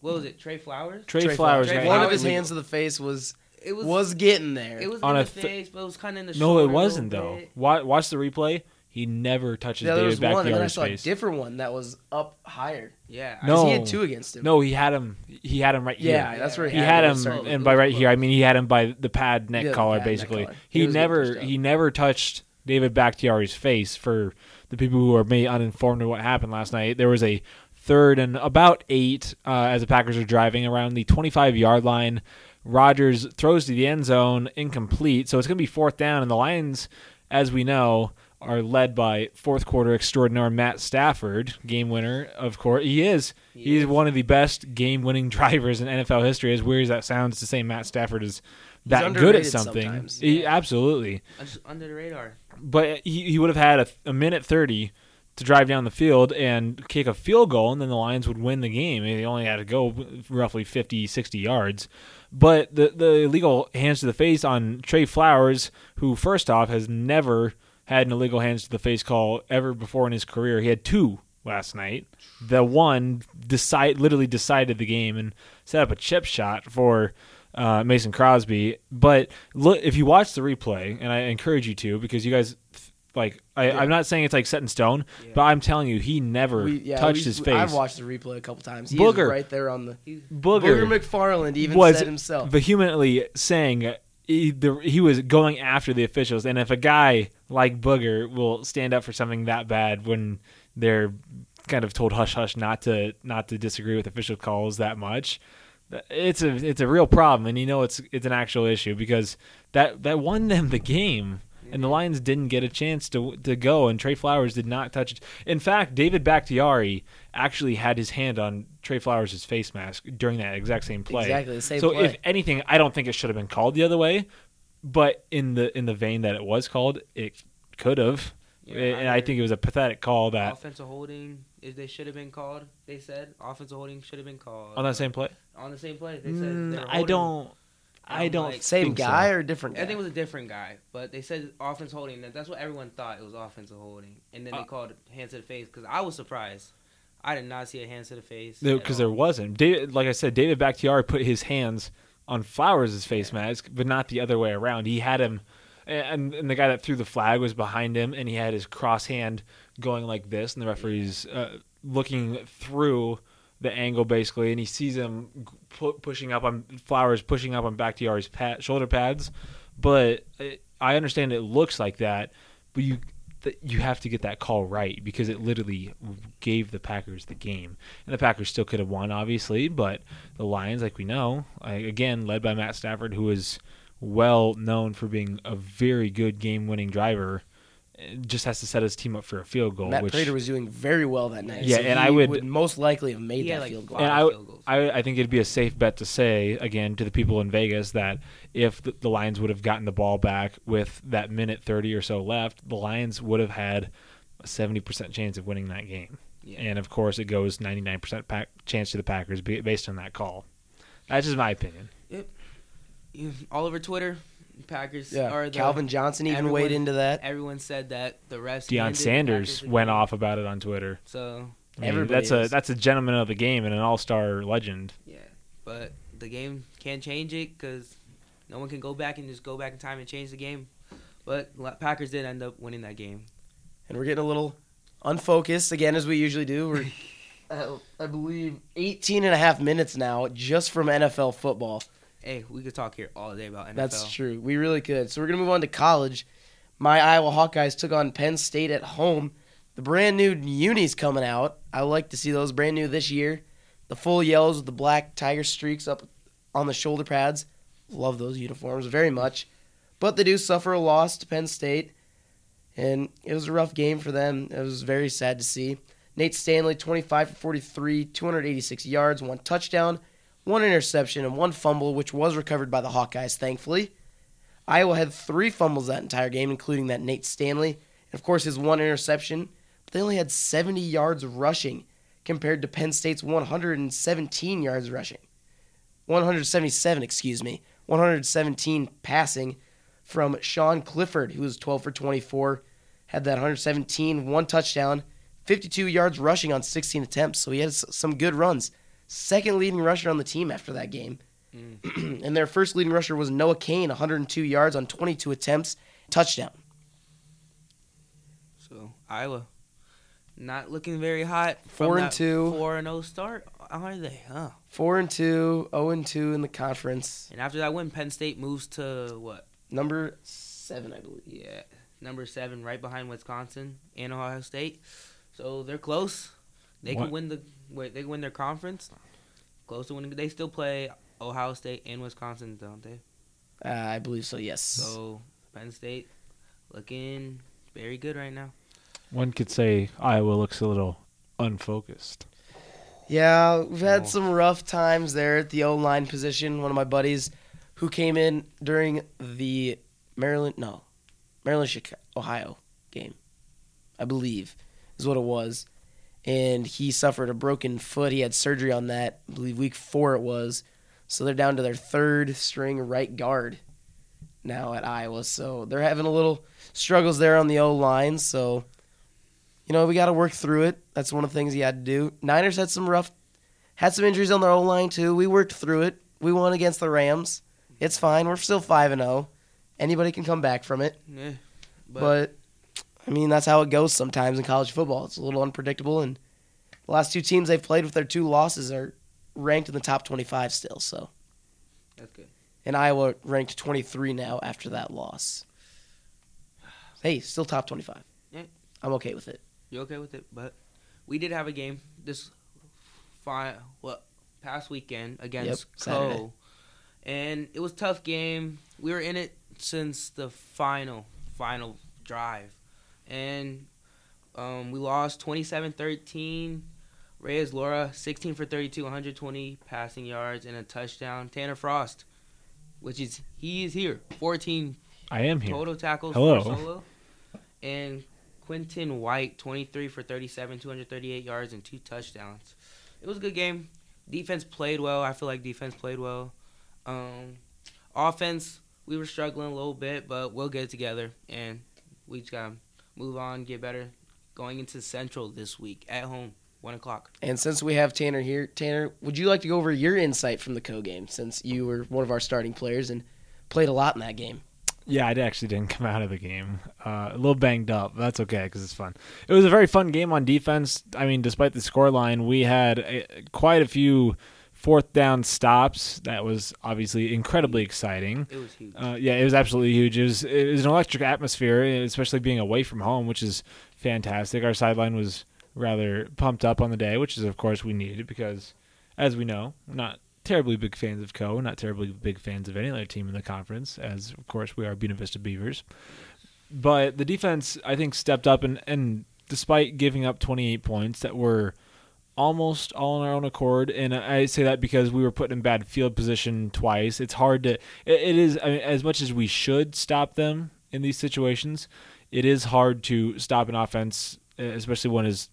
Speaker 2: what was it, Trey Flowers?
Speaker 3: Trey,
Speaker 1: Trey Flowers.
Speaker 3: Flowers.
Speaker 2: Trey
Speaker 3: got
Speaker 2: Right.
Speaker 1: One
Speaker 2: Flowers.
Speaker 1: of his
Speaker 2: Illegal.
Speaker 1: hands to the face was
Speaker 2: It was,
Speaker 1: was, getting there.
Speaker 2: it was
Speaker 3: On
Speaker 2: in
Speaker 3: a
Speaker 2: the
Speaker 3: th-
Speaker 2: face, but it was kind of in the
Speaker 3: No,
Speaker 2: shoulder a
Speaker 3: it
Speaker 2: little
Speaker 3: wasn't though.
Speaker 2: bit.
Speaker 3: Wa Watch the replay. He never touches
Speaker 1: yeah, there
Speaker 3: David
Speaker 1: was
Speaker 3: back
Speaker 1: one,
Speaker 3: the
Speaker 1: and then I
Speaker 3: yardage
Speaker 1: saw a
Speaker 3: space.
Speaker 1: different one that was up higher.
Speaker 2: Yeah. I-
Speaker 1: 'Cause
Speaker 3: No.
Speaker 1: he had two against him.
Speaker 3: No, he had him. He had him right here.
Speaker 1: yeah, that's where
Speaker 3: he had
Speaker 1: it.
Speaker 3: him,
Speaker 1: Sorry.
Speaker 3: and by right here, I mean he had him by the pad neck
Speaker 1: Yeah, the
Speaker 3: collar,
Speaker 1: pad neck
Speaker 3: basically.
Speaker 1: collar. He
Speaker 3: He
Speaker 1: was getting
Speaker 3: never
Speaker 1: pushed up.
Speaker 3: he never touched David Bakhtiari's face. For the people who are may uninformed of what happened last night, there was a third and about eight uh, as the Packers are driving around the 25 yard line. Rodgers throws to the end zone, incomplete. So it's going to be fourth down, and the Lions, as we know. Are led by fourth quarter extraordinaire Matt Stafford, game winner, of course. He is.
Speaker 2: He
Speaker 3: He's
Speaker 2: is.
Speaker 3: one of the best game-winning drivers in NFL history. As weird as that sounds, to say Matt Stafford is that good at
Speaker 1: underrated
Speaker 3: something,
Speaker 1: sometimes.
Speaker 3: he,
Speaker 2: Yeah.
Speaker 3: absolutely.
Speaker 2: Just under the radar.
Speaker 3: But he, he would have had a, a minute thirty to drive down the field and kick a field goal, and then the Lions would win the game. And They only had to go roughly 50, 60 yards. But the the illegal hands to the face on Trey Flowers, who first off has never had an illegal hands to the face call ever before in his career. He had two last night. The one decide literally decided the game and set up a chip shot for uh, Mason Crosby. But look, if you watch the replay, and I encourage you to, because you guys like, I, I'm not saying it's like set in stone,
Speaker 2: Yeah.
Speaker 3: but I'm telling you, he never
Speaker 1: We- yeah,
Speaker 3: touched
Speaker 1: we-
Speaker 3: his
Speaker 1: we-
Speaker 3: face.
Speaker 1: I've watched the replay a couple times. He
Speaker 3: Booger.
Speaker 1: is right there on the
Speaker 2: He's
Speaker 1: Booger,
Speaker 3: Booger,
Speaker 1: McFarland even
Speaker 3: was
Speaker 1: said himself.
Speaker 3: vehemently saying he, the, he was going after the officials. And if a guy like Booger will stand up for something that bad when they're kind of told hush hush not to not to disagree with official calls that much, it's a it's a real problem, and you know it's it's an actual issue because that that won them the game. And the Lions didn't get a chance to to go, and Trey Flowers did not touch it. In fact, David Bakhtiari actually had his hand on Trey Flowers' face mask during that exact same play.
Speaker 1: Exactly, the same
Speaker 3: so
Speaker 1: play.
Speaker 3: if anything, I don't think it should have been called the other way, but in the in the vein that it was called, it could have.
Speaker 2: Yeah, I
Speaker 3: and I
Speaker 2: agree.
Speaker 3: think it was a pathetic call that
Speaker 2: offensive holding. If they should have been called, they said offensive holding should have been called
Speaker 3: on that same play.
Speaker 2: on the same play. They said
Speaker 3: Mm,
Speaker 2: they were
Speaker 3: I
Speaker 2: holding.
Speaker 3: don't. I
Speaker 2: I'm
Speaker 3: don't
Speaker 2: like-
Speaker 1: Same
Speaker 3: think so.
Speaker 1: guy or different
Speaker 2: I
Speaker 1: guy?
Speaker 2: think it was a different guy, but they said offense holding. and That's what everyone thought it was offensive holding, and then
Speaker 3: Uh,
Speaker 2: they called hands to the face because I was surprised. I did not see a hands to the face at
Speaker 3: because
Speaker 2: all.
Speaker 3: there wasn't. David, like I said, David Bakhtiari put his hands on Flowers' face mask, but not the other way around. He had him, and, and the guy that threw the flag was behind him, and he had his cross hand going like this, and the referee's uh, looking through the angle basically, and he sees him g- pu- pushing up on Flowers, pushing up on Bakhtiari's pat, shoulder pads. But it, I understand it looks like that, but you. That you have to get that call right because it literally gave the Packers the game and the Packers still could have won, obviously. But the Lions, like we know, I, again led by Matt Stafford, who is well known for being a very good game-winning driver, eh, just has to set his team up for a field goal.
Speaker 1: Matt
Speaker 3: which
Speaker 1: Prater was doing very well that night.
Speaker 3: Yeah,
Speaker 1: so
Speaker 3: and
Speaker 1: he
Speaker 3: I would-
Speaker 1: most likely have made
Speaker 2: He had,
Speaker 1: that
Speaker 2: like,
Speaker 1: field goal.
Speaker 2: five
Speaker 3: And I w-
Speaker 2: field goals.
Speaker 3: I, I think it'd be a safe bet to say again to the people in Vegas that if the, the Lions would have gotten the ball back with that minute thirty or so left, the Lions would have had a seventy percent chance of winning that game.
Speaker 2: Yeah.
Speaker 3: And of course, it goes ninety nine percent chance to the Packers ba- based on that call. That's just my opinion.
Speaker 2: all over Twitter, Packers
Speaker 1: Yeah,
Speaker 2: are the
Speaker 1: Calvin Johnson even
Speaker 2: everyone-
Speaker 1: weighed into that.
Speaker 2: Everyone said that the refs.
Speaker 3: Deion
Speaker 2: handed the
Speaker 3: Sanders
Speaker 2: Packers the
Speaker 3: went
Speaker 2: game.
Speaker 3: off about it on Twitter.
Speaker 2: So
Speaker 3: I mean,
Speaker 1: Everybody
Speaker 3: that's a
Speaker 1: is.
Speaker 3: that's a gentleman of the game and an all star legend.
Speaker 2: yeah, but the game can't change it because no one can go back and just go back in time and change the game. But La- Packers did end up winning that game.
Speaker 1: And we're getting a little unfocused again, as we usually do. We're, uh, I believe, 18 and a half minutes now just from NFL football.
Speaker 2: Hey, we could talk here all day about NFL.
Speaker 1: That's true. We really could. So we're gonna move on to college. My Iowa Hawkeyes took on Penn State at home. The brand new unis coming out. I like to see those brand new this year. The full yellows with the black tiger streaks up on the shoulder pads. Love those uniforms very much. But they do suffer a loss to Penn State, and it was a rough game for them. It was very sad to see. Nate Stanley, 25 for 43, 286 yards, one touchdown one interception, and one fumble, which was recovered by the Hawkeyes, thankfully. Iowa had three fumbles that entire game, including that Nate Stanley, and of course his one interception. But they only had 70 yards rushing compared to Penn State's 117 yards rushing. 177, excuse me. 117 passing from Sean Clifford, who was 12 for 24, had that 117, one touchdown, 52 yards rushing on 16 attempts. So he had s- some good runs second leading rusher on the team after that game. and their first leading rusher was Noah Kane, 102 yards on 22 attempts, touchdown.
Speaker 2: So Iowa, not looking very hot. from
Speaker 1: Four and
Speaker 2: that
Speaker 1: two.
Speaker 2: Four and zero start. Are they? Huh.
Speaker 1: Four and two, zero and two in the conference.
Speaker 2: And after that win, Penn State moves to what?
Speaker 1: Number seven, I believe.
Speaker 2: Yeah, number seven, right behind Wisconsin and Ohio State. So they're close. They
Speaker 3: What-
Speaker 2: can win the. Wait, they can win their conference. Close to winning. They still play Ohio State and Wisconsin, don't they?
Speaker 1: Uh, I believe so. Yes.
Speaker 2: So Penn State looking very good right now.
Speaker 3: One could say Iowa looks a little unfocused.
Speaker 1: Yeah, we've had
Speaker 2: Oh.
Speaker 1: some rough times there at the O line position. One of my buddies who came in during the Maryland, no, Maryland, Chicago, Ohio game, I believe, is what it was. And he suffered a broken foot. He had surgery on that, I believe week four it was. So they're down to their third string right guard now at Iowa. So they're having a little struggles there on the O line. So you know, we got to work through it. That's one of the things you had to do. Niners had some rough, had some injuries on their O line too. We worked through it. We won against the Rams. It's fine. We're still five and zero. Anybody can come back from it.
Speaker 2: Yeah,
Speaker 1: But, I mean, that's how it goes sometimes in college football. It's a little unpredictable, and the last two teams they've played with their two losses are ranked in the top twenty-five still. So,
Speaker 2: that's good.
Speaker 1: and Iowa ranked twenty-three now after that loss. Hey, still top twenty-five.
Speaker 2: Yeah.
Speaker 1: I'm okay with it.
Speaker 2: You okay with it? But we did have a game this fi- what past weekend against
Speaker 1: Yep, Saturday.
Speaker 2: Co, and it was a tough game. We were in it since the final final drive, and um, we lost 27-13. Reyes Laura 16 for 32, 120 passing yards and a touchdown. Tanner Frost, which is he is here, 14
Speaker 3: I am here.
Speaker 2: Total tackles
Speaker 3: Hello.
Speaker 2: for solo. And Quentin White, 23 for 37, 238 yards and two touchdowns. It was a good game. Defense played well. I feel like defense played well. Um, offense, we were struggling a little bit, but we'll get it together. And we just got to move on, get better. Going into Central this week at home, 1 o'clock.
Speaker 1: And since we have Tanner here, Tanner, would you like to go over your insight from the co game since you were one of our starting players and played a lot in that game?
Speaker 3: Yeah, I actually didn't come out of the game. Uh, a little banged up. but That's okay because it's fun. It was a very fun game on defense. I mean, despite the score line, we had a, quite a few fourth down stops. That was obviously incredibly exciting.
Speaker 2: It was huge.
Speaker 3: Uh, yeah, it was absolutely huge. It was, it was an electric atmosphere, especially being away from home, which is fantastic. Our sideline was rather pumped up on the day, which is, of course, we needed because, as we know, we're not terribly big fans of Co. We're not terribly big fans of any other team in the conference, as, of course, we are Buena Vista Beavers. But the defense, I think, stepped up, and, and despite giving up 28 points that were almost all on our own accord and i say that because we were put in bad field position twice it's hard to it, it is I mean, as much as we should stop them in these situations it is hard to stop an offense uh, especially one as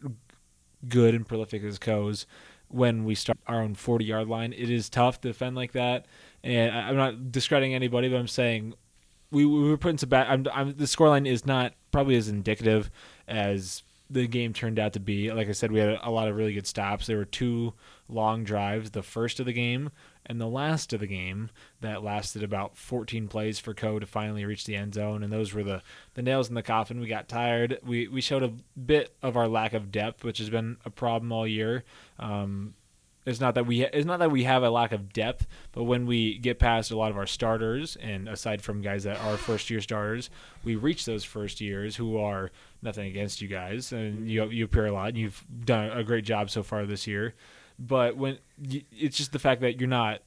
Speaker 3: good and prolific as co's when we start our own 40 yard line it is tough to defend like that and I- i'm not discrediting anybody but i'm saying we, we were putting some bad. I'm, I'm, the scoreline is not probably as indicative as the game turned out to be. Like I said, we had a, lot of really good stops. There were two long drives, the first of the game and the last of the game, that lasted about 14 plays for Co to finally reach the end zone. And those were the, the nails in the coffin. We got tired. We, we showed a bit of our lack of depth, which has been a problem all year. Um, it's not that we it's not that we have a lack of depth, but when we get past a lot of our starters, and aside from guys that are first year starters, we reach those first years who are nothing against you guys, and you you appear a lot, and you've done a great job so far this year. But when y- it's just the fact that you're not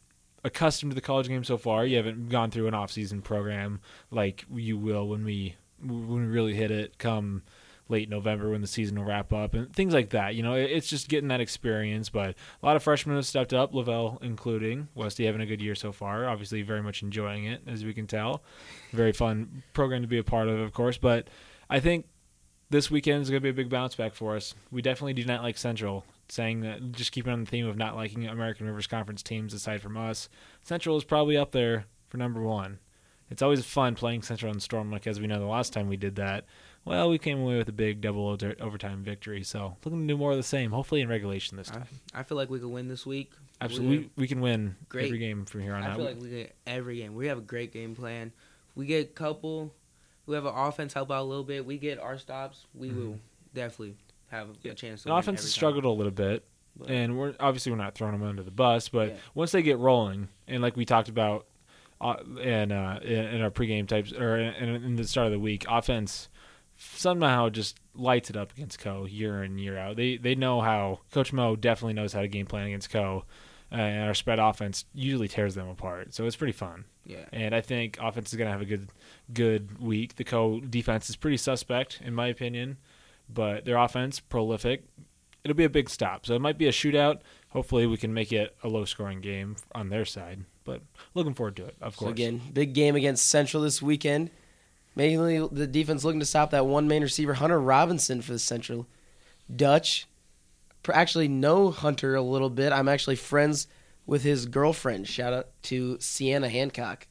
Speaker 3: accustomed to the college game so far, you haven't gone through an off season program like you will when we when we really hit it come late November when the season will wrap up and things like that. You know, it- it's just getting that experience. But a lot of freshmen have stepped up, Lavelle including. Westy having a good year so far, obviously very much enjoying it as we can tell. Very fun program to be a part of, of course. But I think this weekend is going to be a big bounce back for us. We definitely do not like Central. Saying that, just keeping on the theme of not liking American Rivers Conference teams aside from us, Central is probably up there for number one. It's always fun playing Central and Storm, like as we know the last time we did that Well, we came away with a big double over- overtime victory, so looking to do more of the same. Hopefully in regulation this time.
Speaker 2: I feel like we could win this week.
Speaker 3: Absolutely, we, we can win
Speaker 2: Great.
Speaker 3: every game from here on
Speaker 2: I
Speaker 3: out.
Speaker 2: feel like we get every game. We have a great game plan. We get a couple. We have our offense help out a little bit. We get our stops. We
Speaker 1: Mm-hmm.
Speaker 2: will definitely have a
Speaker 3: Yeah.
Speaker 2: chance. To
Speaker 3: the
Speaker 2: win
Speaker 3: offense
Speaker 2: every
Speaker 3: has
Speaker 2: time.
Speaker 3: struggled a little bit,
Speaker 2: But-
Speaker 3: and we're obviously we're not throwing them under the bus, but
Speaker 2: Yeah.
Speaker 3: once they get rolling, and like we talked about uh, in, uh, in in our pregame types or in, in the start of the week, offense somehow just lights it up against Co year in year out. They they know how Coach Mo definitely knows how to game plan against Co, uh, and our spread offense usually tears them apart. So it's pretty fun.
Speaker 2: Yeah.
Speaker 3: And I think offense is going to have a good good week. The co defense is pretty suspect in my opinion, but their offense prolific. It'll be a big stop. So it might be a shootout. Hopefully we can make it a low scoring game on their side, but looking forward to it, of
Speaker 1: So
Speaker 3: course.
Speaker 1: again, big game against Central this weekend. Mainly the defense looking to stop that one main receiver, Hunter Robinson, for the Central. Dutch, pr- actually know Hunter a little bit. I'm actually friends with his girlfriend. Shout out to Sienna Hancock.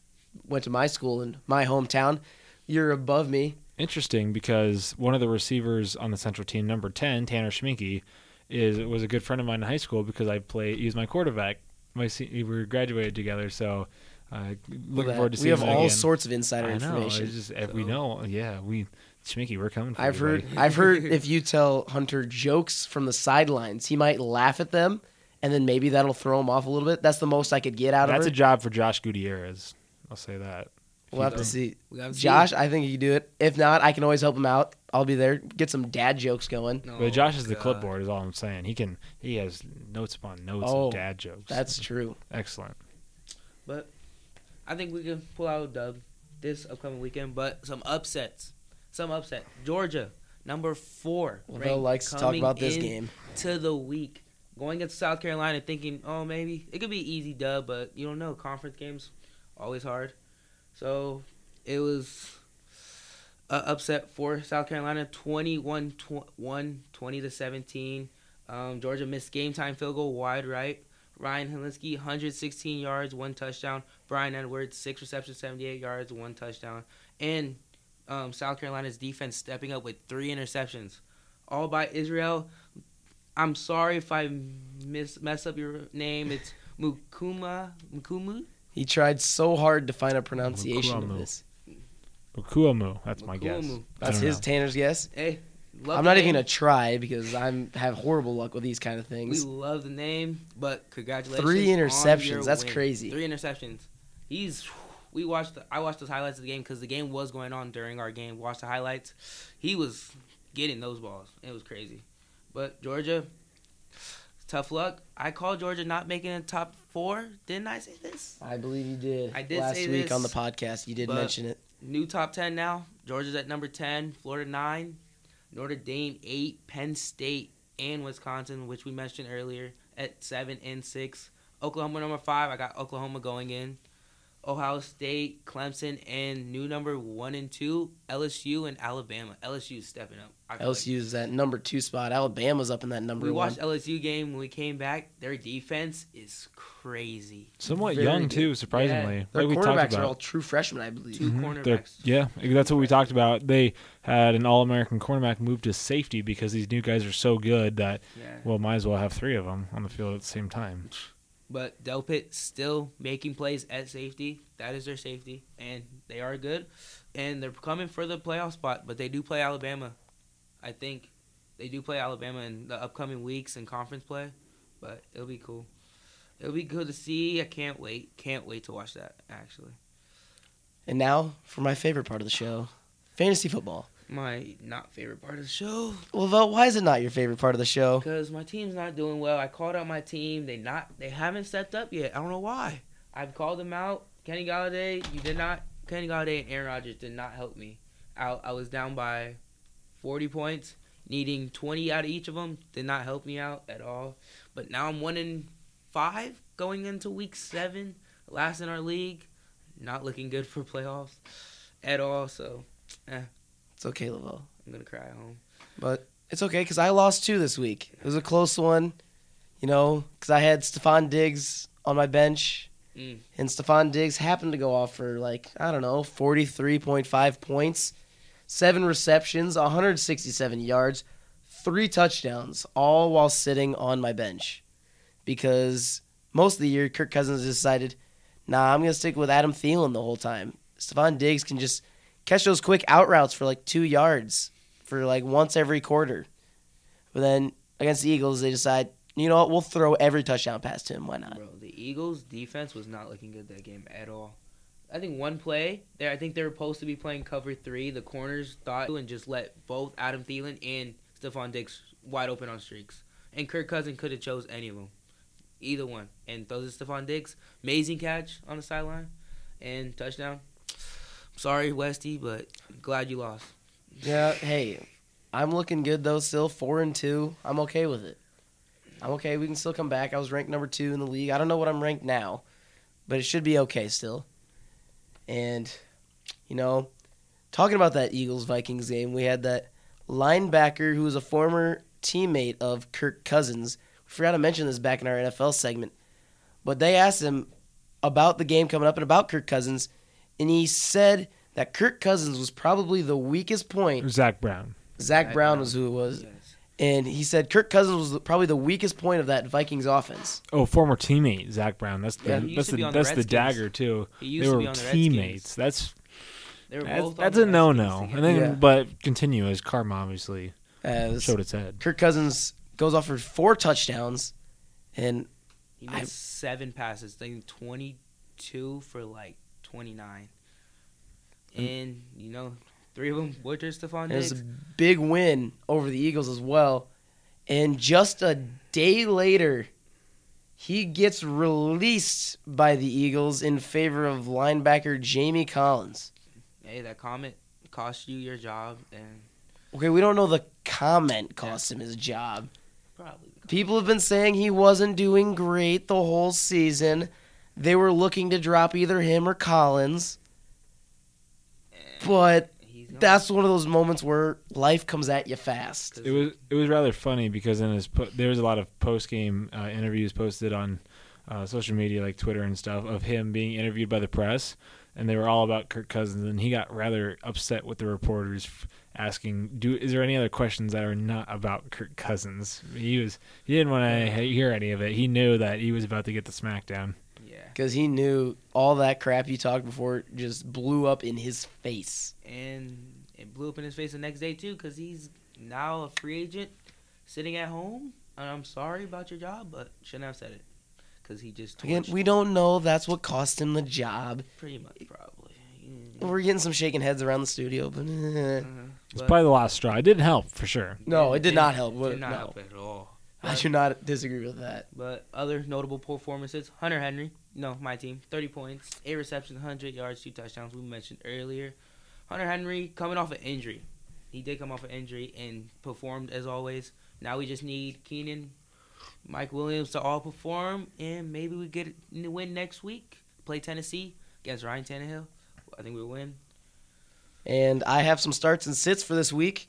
Speaker 1: Went to my school in my hometown. You're above me.
Speaker 3: Interesting because one of the receivers on the central team, number 10, Tanner Schminke, is was a good friend of mine in high school because I played he was my quarterback. My se- we were graduated together, so uh, looking
Speaker 1: That-
Speaker 3: forward to
Speaker 1: we
Speaker 3: seeing
Speaker 1: have
Speaker 3: him
Speaker 1: all
Speaker 3: again.
Speaker 1: sorts of insider
Speaker 3: I know.
Speaker 1: information.
Speaker 3: It's just if we
Speaker 2: So-
Speaker 3: know. Yeah, we Schmicky, we're coming. For
Speaker 1: I've
Speaker 3: you, buddy.
Speaker 1: heard I've heard if you tell Hunter jokes from the sidelines, he might laugh at them and then maybe that'll throw him off a little bit. That's the most I could get out
Speaker 3: that's a
Speaker 1: of her.
Speaker 3: job for Josh Gutierrez. I'll say that.
Speaker 1: we'll have to see.
Speaker 2: We have
Speaker 1: Josh, I think he can do it. If not, I can always help him out. I'll be there. Get some dad jokes going.
Speaker 2: No, uh,
Speaker 3: but Josh is the
Speaker 2: God.
Speaker 3: clipboard. Is all I'm saying. He can. He has notes upon notes
Speaker 1: Oh,
Speaker 3: of dad jokes.
Speaker 1: That's true.
Speaker 3: excellent.
Speaker 2: But I think we can pull out a dub this upcoming weekend. But some upsets, some upset. Georgia, number four.
Speaker 1: Lavelle
Speaker 2: ranked,
Speaker 1: likes to talk
Speaker 2: coming
Speaker 1: about this
Speaker 2: in
Speaker 1: game.
Speaker 2: to the week. Going against South Carolina, thinking, oh, maybe it could be easy dub, but you don't know. Conference games, always hard. So it was a upset for South Carolina, 21 1, 20 to 17. Um, Georgia missed game time field goal wide right. Ryan Helinski, 116 yards, one touchdown. Brian Edwards, six receptions, 78 yards, one touchdown. And um, South Carolina's defense stepping up with three interceptions, all by Israel. I'm sorry if I miss, mess up your name. It's Mukuma Mukumu.
Speaker 1: He tried so hard to find a pronunciation of
Speaker 3: Mukwamu.
Speaker 1: this.
Speaker 3: Okuamu. That's my guess.
Speaker 2: Okuamu.
Speaker 3: I
Speaker 1: That's
Speaker 3: don't
Speaker 1: his
Speaker 3: know.
Speaker 1: Tanner's guess.
Speaker 2: Hey, love
Speaker 1: I'm
Speaker 2: the
Speaker 1: not
Speaker 2: name.
Speaker 1: even gonna try because I'm have horrible luck with these kind of
Speaker 2: We
Speaker 1: things.
Speaker 2: love the name, but congratulations.
Speaker 1: Three
Speaker 2: on your
Speaker 1: interceptions. That's
Speaker 2: win.
Speaker 1: crazy.
Speaker 2: Three interceptions. He's. We watched. The, I watched those highlights of the game because the game was going on during our game. Watched the highlights. He was getting those balls. It was crazy. But Georgia, tough luck. I called Georgia not making a top four. Didn't I say this?
Speaker 1: I believe you did.
Speaker 2: I did
Speaker 1: last
Speaker 2: say
Speaker 1: week
Speaker 2: this,
Speaker 1: on the podcast. You did
Speaker 2: but-
Speaker 1: mention it.
Speaker 2: New top 10 now. Georgia's at number 10, Florida 9, Notre Dame 8, Penn State and Wisconsin, which we mentioned earlier, at 7 and 6. Oklahoma number 5. I got Oklahoma going in. Ohio State, Clemson, and new number 1 and 2, LSU and Alabama. LSU's stepping up. I feel like-
Speaker 1: LSU is that number two spot. Alabama's up in that number
Speaker 2: We
Speaker 1: one.
Speaker 2: watched LSU game when we came back. Their defense is crazy.
Speaker 3: Somewhat
Speaker 1: Very
Speaker 3: young
Speaker 1: good.
Speaker 3: too, surprisingly.
Speaker 1: Their
Speaker 3: like we talked
Speaker 1: quarterbacks
Speaker 3: about.
Speaker 1: are all true freshmen, I believe.
Speaker 2: Two
Speaker 3: Mhm. They're-
Speaker 2: cornerbacks.
Speaker 3: Yeah, that's what we talked about. They had an all-American cornerback move to safety because these new guys are so good that
Speaker 2: Yeah.
Speaker 3: well, might as well have three of them on the field at the same time.
Speaker 2: But Delpit still making plays at safety. That is their safety, and they are good. And they're coming for the playoff spot, but they do play Alabama. I think they do play Alabama in the upcoming weeks and conference play, but it'll be cool. It'll be good to see. I can't wait. Can't wait to watch that, actually.
Speaker 1: And now for my favorite part of the show, fantasy football.
Speaker 2: My not favorite part of the show
Speaker 1: Lavelle, why is it not your favorite part of the show?
Speaker 2: because my team's not doing well. I called out my team. They not they haven't stepped up yet. I don't know why. I've called them out. Kenny Galladay, you did not. Kenny Galladay and Aaron Rodgers did not help me. I, I was down by 40 points, needing 20 out of each of them. Did not help me out at all. But now I'm one in five going into week seven, last in our league. Not looking good for playoffs at all. So
Speaker 1: It's okay, Lavelle.
Speaker 2: I'm gonna cry at home.
Speaker 1: It's okay because I lost two this week. It was a close one, you know, because I had Stephon Diggs on my bench,
Speaker 2: Mm.
Speaker 1: and Stephon Diggs happened to go off for like I don't know, forty three point five points. seven receptions, 167 yards, three touchdowns, all while sitting on my bench. Because most of the year, Kirk Cousins decided, nah, I'm going to stick with Adam Thielen the whole time. Stephon Diggs can just catch those quick out routes for like two yards for like once every quarter. But then against the Eagles, they decide, you know what, we'll throw every touchdown pass to him. Why not?
Speaker 2: Bro, the Eagles' defense was not looking good that game at all. I think one play there. I think they were supposed to be playing cover three. The corners thought and just let both Adam Thielen and Stephon Diggs wide open on streaks, and Kirk Cousins could have chose any of them, either one. And throws it Stephon Diggs, amazing catch on the sideline, and touchdown. Sorry, Westy, but glad you lost.
Speaker 1: Yeah, hey, I'm looking good though. Still four and two. I'm okay with it. I'm okay. We can still come back. I was ranked number two in the league. I don't know what I'm ranked now, but it should be okay still. And you know, talking about that Eagles Vikings game, we had that linebacker who was a former teammate of Kirk Cousins. We forgot to mention this back in our NFL segment, but they asked him about the game coming up and about Kirk Cousins, and he said that Kirk Cousins was probably the weakest point
Speaker 3: Zach Brown.
Speaker 1: Zach Brown
Speaker 2: Zach Brown.
Speaker 1: was who it was,
Speaker 2: Yes.
Speaker 1: and he said Kirk Cousins was the- probably the weakest point of that Vikings offense.
Speaker 3: Oh, former teammate Zach Brown. That's the
Speaker 1: Yeah, he
Speaker 2: used
Speaker 3: that's
Speaker 2: to be
Speaker 3: the
Speaker 2: on the
Speaker 3: that's the,
Speaker 2: Redskins.
Speaker 3: dagger too.
Speaker 2: He
Speaker 3: They
Speaker 2: used to
Speaker 3: were
Speaker 2: be on the
Speaker 3: teammates. That's
Speaker 2: Redskins. They were
Speaker 3: that's,
Speaker 2: both on
Speaker 3: that's
Speaker 2: the
Speaker 3: a no
Speaker 2: Redskins
Speaker 3: no.
Speaker 2: together.
Speaker 3: And then,
Speaker 1: Yeah.
Speaker 3: but continue as karma obviously
Speaker 1: As
Speaker 3: showed its head.
Speaker 1: Kirk Cousins goes off for four touchdowns, and
Speaker 2: He
Speaker 1: I-
Speaker 2: missed seven passes, I think twenty-two for like twenty-nine,
Speaker 1: Um,
Speaker 2: and you know, three of them were just Stephon
Speaker 1: and it was
Speaker 2: Diggs.
Speaker 1: a big win over the Eagles as well. And just a day later, he gets released by the Eagles in favor of linebacker Jamie Collins.
Speaker 2: Hey, that comment cost you your job, and
Speaker 1: Okay, we don't know the comment cost him his job.
Speaker 2: probably the
Speaker 1: People have been saying he wasn't doing great the whole season. They were looking to drop either him or Collins. But
Speaker 2: he's gone.
Speaker 1: that's one of those moments where life comes at you fast.
Speaker 2: Cause
Speaker 3: It was it was rather funny because in his po- there was a lot of post game uh, interviews posted on uh, social media like Twitter and stuff of him being interviewed by the press, and they were all about Kirk Cousins, and he got rather upset with the reporters f- asking, "Do is there any other questions that are not about Kirk Cousins?" He was he didn't want to hear any of it. He knew that he was about to get the smackdown.
Speaker 2: yeah,
Speaker 1: Because he knew all that crap he talked before just blew up in his face.
Speaker 2: and it blew up in his face the next day too, because he's now a free agent, sitting at home. And I'm sorry about your job, but shouldn't have said it, because he just
Speaker 1: Again,
Speaker 2: torched
Speaker 1: we don't know that's what cost him the job.
Speaker 2: pretty much probably. Mm,
Speaker 1: We're getting some shaking heads around the studio, but eh.
Speaker 2: uh,
Speaker 3: It's
Speaker 2: but-
Speaker 3: probably the last straw. It didn't help for sure.
Speaker 1: no, it did not help.
Speaker 2: Did not
Speaker 1: no.
Speaker 2: help at all.
Speaker 1: I do not disagree with that.
Speaker 2: But other notable performances: Hunter Henry, no, my team, 30 points, eight receptions, 100 yards, two touchdowns. We mentioned earlier. Hunter Henry coming off an injury, he did come off an injury and performed as always. Now we just need Keenan, Mike Williams to all perform, and maybe we get a win next week. Play Tennessee against Ryan Tannehill. I think we win.
Speaker 1: And I have some starts and sits for this week.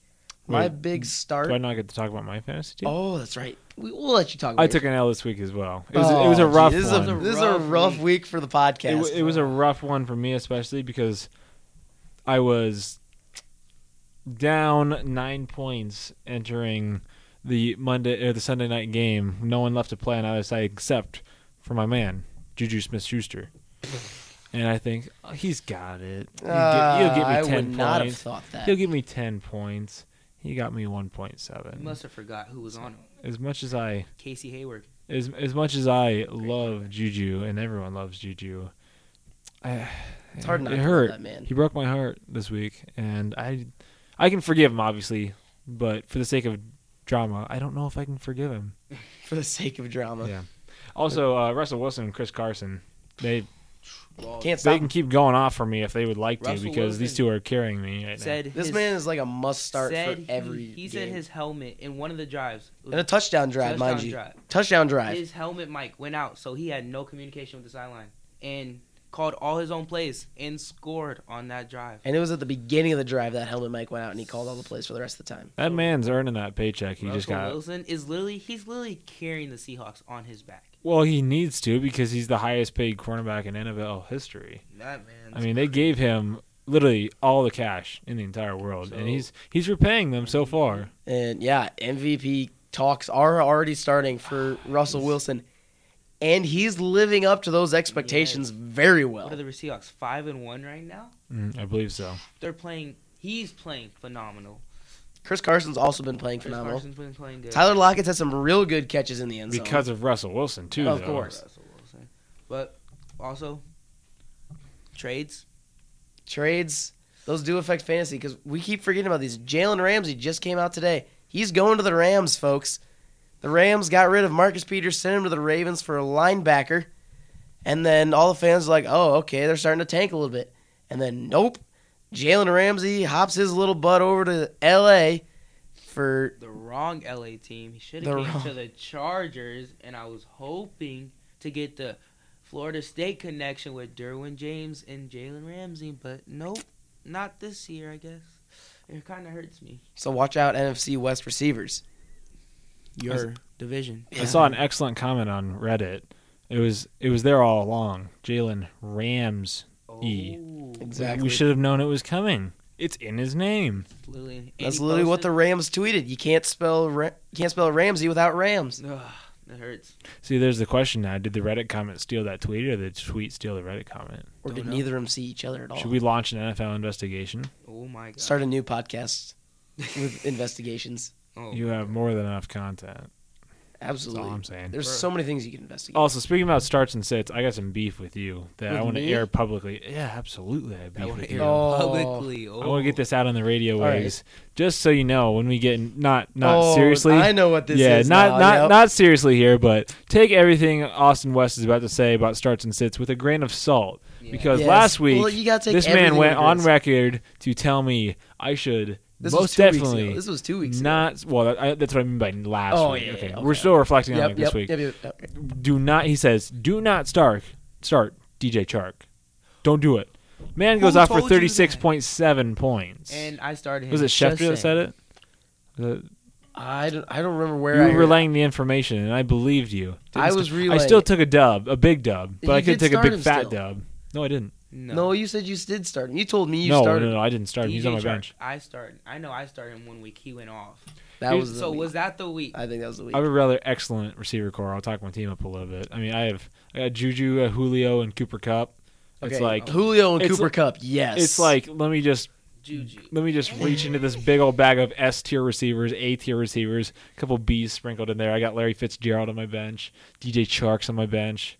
Speaker 1: My
Speaker 3: Wait,
Speaker 1: big start.
Speaker 3: Do I not get to talk about my fantasy team?
Speaker 1: Oh, that's right. We, we'll let you talk. About
Speaker 3: I
Speaker 1: it.
Speaker 3: took an L this week as well. It was it was a rough
Speaker 1: Oh, This
Speaker 3: one.
Speaker 1: is a, this is a
Speaker 2: Rough
Speaker 1: rough
Speaker 2: week.
Speaker 1: week for the
Speaker 3: it,
Speaker 1: podcast.
Speaker 3: w- it was a rough one for me, especially because I was down nine points entering the Monday or the Sunday night game. No one left to play on either side except for my man Juju Smith-Schuster, and I think oh, he's got it. He'll
Speaker 1: Ah,
Speaker 3: get, he'll get me
Speaker 1: I
Speaker 3: ten
Speaker 1: would
Speaker 3: points.
Speaker 1: not have thought that.
Speaker 3: he'll give me ten points. He got me one point
Speaker 2: You
Speaker 1: Mm-hmm.
Speaker 3: seven.
Speaker 2: must have forgot who was on him.
Speaker 3: As much as I
Speaker 2: Casey Hayward.
Speaker 3: as as much as I love Juju and everyone loves Juju, I,
Speaker 1: It's hard not
Speaker 3: it
Speaker 1: to love
Speaker 3: hurt.
Speaker 1: that man.
Speaker 3: He broke my heart this week, and I I can forgive him obviously, but for the sake of drama, I don't know if I can forgive him.
Speaker 1: for the sake of drama.
Speaker 3: Yeah. Also, uh, Russell Wilson and Chris Carson, they
Speaker 2: Well,
Speaker 1: Can't
Speaker 3: they
Speaker 1: stop.
Speaker 3: can keep going off for me if they would like to
Speaker 2: Russell
Speaker 3: because these
Speaker 2: Wilson
Speaker 3: two are carrying me right
Speaker 2: said
Speaker 1: this
Speaker 2: his-
Speaker 1: man is like a must start
Speaker 2: said
Speaker 1: for every.
Speaker 2: he, he said
Speaker 1: game.
Speaker 2: his helmet in one of the drives
Speaker 1: and a touchdown drive, mind
Speaker 2: touchdown
Speaker 1: you.
Speaker 2: drive.
Speaker 1: Touchdown drive.
Speaker 2: his helmet mic went out so he had no communication with the sideline and called all his own plays and scored on that drive
Speaker 1: and it was at the beginning of the drive that helmet Mike went out, and he called all the plays for the rest of the time.
Speaker 3: now. That man's earning that paycheck. He
Speaker 2: Russell
Speaker 3: just got
Speaker 2: Wilson is literally he's literally carrying the Seahawks on his back
Speaker 3: well. He needs to because he's the highest paid cornerback in NFL history.
Speaker 2: that man
Speaker 3: I mean, they gave him literally all the cash in the entire world,
Speaker 2: So-
Speaker 3: and he's he's repaying them so far.
Speaker 1: And yeah, MVP talks are already starting for
Speaker 2: Ah,
Speaker 1: Russell Wilson, and he's living up to those expectations very
Speaker 2: What
Speaker 1: well.
Speaker 2: are the Seahawks? Five and one right now.
Speaker 3: Mm, I believe so.
Speaker 2: They're playing. He's playing phenomenal.
Speaker 1: Chris Carson's also been playing
Speaker 2: Chris
Speaker 1: phenomenal.
Speaker 2: Carson's been playing good.
Speaker 1: Tyler Lockett's had some real good catches in the end zone.
Speaker 3: Because of Russell Wilson too.
Speaker 1: Of
Speaker 3: though.
Speaker 1: course.
Speaker 2: Russell Wilson. But also trades.
Speaker 1: trades, those do affect fantasy because we keep forgetting about these. Jalen Ramsey just came out today. He's going to the Rams, folks. The Rams got rid of Marcus Peters, sent him to the Ravens for a linebacker, and then all the fans are like, "Oh, okay, they're starting to tank a little bit." And then, nope, Jalen Ramsey hops his little butt over to L.A. for
Speaker 2: The wrong LA team. He should
Speaker 1: The
Speaker 2: have came
Speaker 1: wrong-
Speaker 2: to the Chargers, and I was hoping to get the Florida State connection with Derwin James and Jalen Ramsey, but nope, not this year. I guess it kind of hurts me.
Speaker 1: so watch out NFC West receivers. Your-
Speaker 2: division.
Speaker 1: Yeah.
Speaker 3: I saw an excellent comment on Reddit. It was it was there all along. Jalen Rams. E.
Speaker 2: Oh,
Speaker 1: Exactly.
Speaker 3: We should have known it was coming. It's in his name.
Speaker 2: literally. And
Speaker 1: That's
Speaker 2: he
Speaker 1: literally what the
Speaker 2: posted-
Speaker 1: Rams tweeted. You can't spell Ra- you can't spell Ramsey without Rams.
Speaker 2: Ugh, that hurts.
Speaker 3: See, there's the question now. Did the Reddit comment steal that tweet, or did the tweet steal the Reddit comment?
Speaker 1: Or
Speaker 2: Don't
Speaker 1: did
Speaker 2: know.
Speaker 1: neither of them see each other at all?
Speaker 3: Should we launch an NFL investigation?
Speaker 2: Oh my god.
Speaker 1: start a new podcast with investigations?
Speaker 2: Oh.
Speaker 3: E. You have more than enough content. That's all
Speaker 1: Absolutely.
Speaker 3: I'm saying. Oh,
Speaker 1: There's
Speaker 2: Bruh.
Speaker 1: so many things you can investigate.
Speaker 3: Also, speaking about starts and sits, I got some beef with you that I
Speaker 1: With
Speaker 3: want to
Speaker 1: me?
Speaker 3: air publicly. Yeah, absolutely. I have
Speaker 2: I
Speaker 3: beef
Speaker 2: want
Speaker 3: with
Speaker 2: to
Speaker 3: you.
Speaker 2: hear
Speaker 1: Oh.
Speaker 2: publicly. Oh.
Speaker 3: I want to get this out on the radio
Speaker 1: All right.
Speaker 3: waves, just so you know when we get n- not not
Speaker 1: Oh,
Speaker 3: seriously.
Speaker 1: I know what this
Speaker 3: yeah,
Speaker 1: is. now,
Speaker 3: not not
Speaker 1: yep.
Speaker 3: not seriously here, but take everything Austin West is about to say about starts and sits with a grain of salt,
Speaker 2: Yeah.
Speaker 3: because
Speaker 1: Yes.
Speaker 3: last week
Speaker 1: Well, you gotta take
Speaker 3: this
Speaker 1: everything
Speaker 3: man went
Speaker 1: with a
Speaker 3: on
Speaker 1: grain of-
Speaker 3: record to tell me I should
Speaker 1: This was
Speaker 3: most
Speaker 1: two Weeks
Speaker 3: definitely
Speaker 1: ago. This was two weeks. ago.
Speaker 3: not. Well, that, I, that's what I mean by last
Speaker 1: Oh,
Speaker 3: week.
Speaker 1: yeah,
Speaker 3: okay.
Speaker 1: yeah,
Speaker 3: we're
Speaker 1: okay.
Speaker 3: still reflecting on
Speaker 1: Yep,
Speaker 3: it
Speaker 1: yep,
Speaker 3: this week.
Speaker 1: yep, yep, okay.
Speaker 3: Do not. He says, do not start start DJ Chark. Don't do it. Man
Speaker 2: Who
Speaker 3: goes off for
Speaker 2: told you
Speaker 3: thirty
Speaker 2: that?
Speaker 3: six point seven points.
Speaker 2: And I started. Him.
Speaker 3: Was it
Speaker 2: Just
Speaker 3: Schefter
Speaker 2: saying.
Speaker 3: that said it? The-
Speaker 1: I don't. I don't remember where I.
Speaker 3: you
Speaker 1: heard
Speaker 3: were relaying the information, and I believed you.
Speaker 1: it. I was
Speaker 3: I
Speaker 1: relaying.
Speaker 3: still
Speaker 1: it.
Speaker 3: took a dub, a big dub, but
Speaker 1: You
Speaker 3: I could
Speaker 1: did
Speaker 3: take a
Speaker 1: start
Speaker 3: big
Speaker 1: him
Speaker 3: fat
Speaker 1: still.
Speaker 3: dub. No, I didn't.
Speaker 2: No.
Speaker 1: no. you said you did start him. You told me you
Speaker 3: no,
Speaker 1: started.
Speaker 3: no, no, I didn't start him. He's
Speaker 2: DJ
Speaker 3: on my
Speaker 2: Chark,
Speaker 3: bench.
Speaker 2: I started. I know I started him one week. He went off.
Speaker 1: That was. The
Speaker 2: so
Speaker 1: week.
Speaker 2: was that the week?
Speaker 1: I think that was the week.
Speaker 3: I have a rather excellent receiver core. I'll talk my team up a little bit. I mean, I have I got Juju, uh, Julio, and Cooper Cup. It's
Speaker 1: Okay,
Speaker 3: like
Speaker 1: Julio and
Speaker 3: it's
Speaker 1: Cooper
Speaker 3: like-
Speaker 1: Cup. Yes.
Speaker 3: it's like let me just
Speaker 2: Juju.
Speaker 3: let me just reach into this big old bag of S tier receivers, A tier receivers, a couple B's sprinkled in there. I got Larry Fitzgerald on my bench, DJ Chark's on my bench.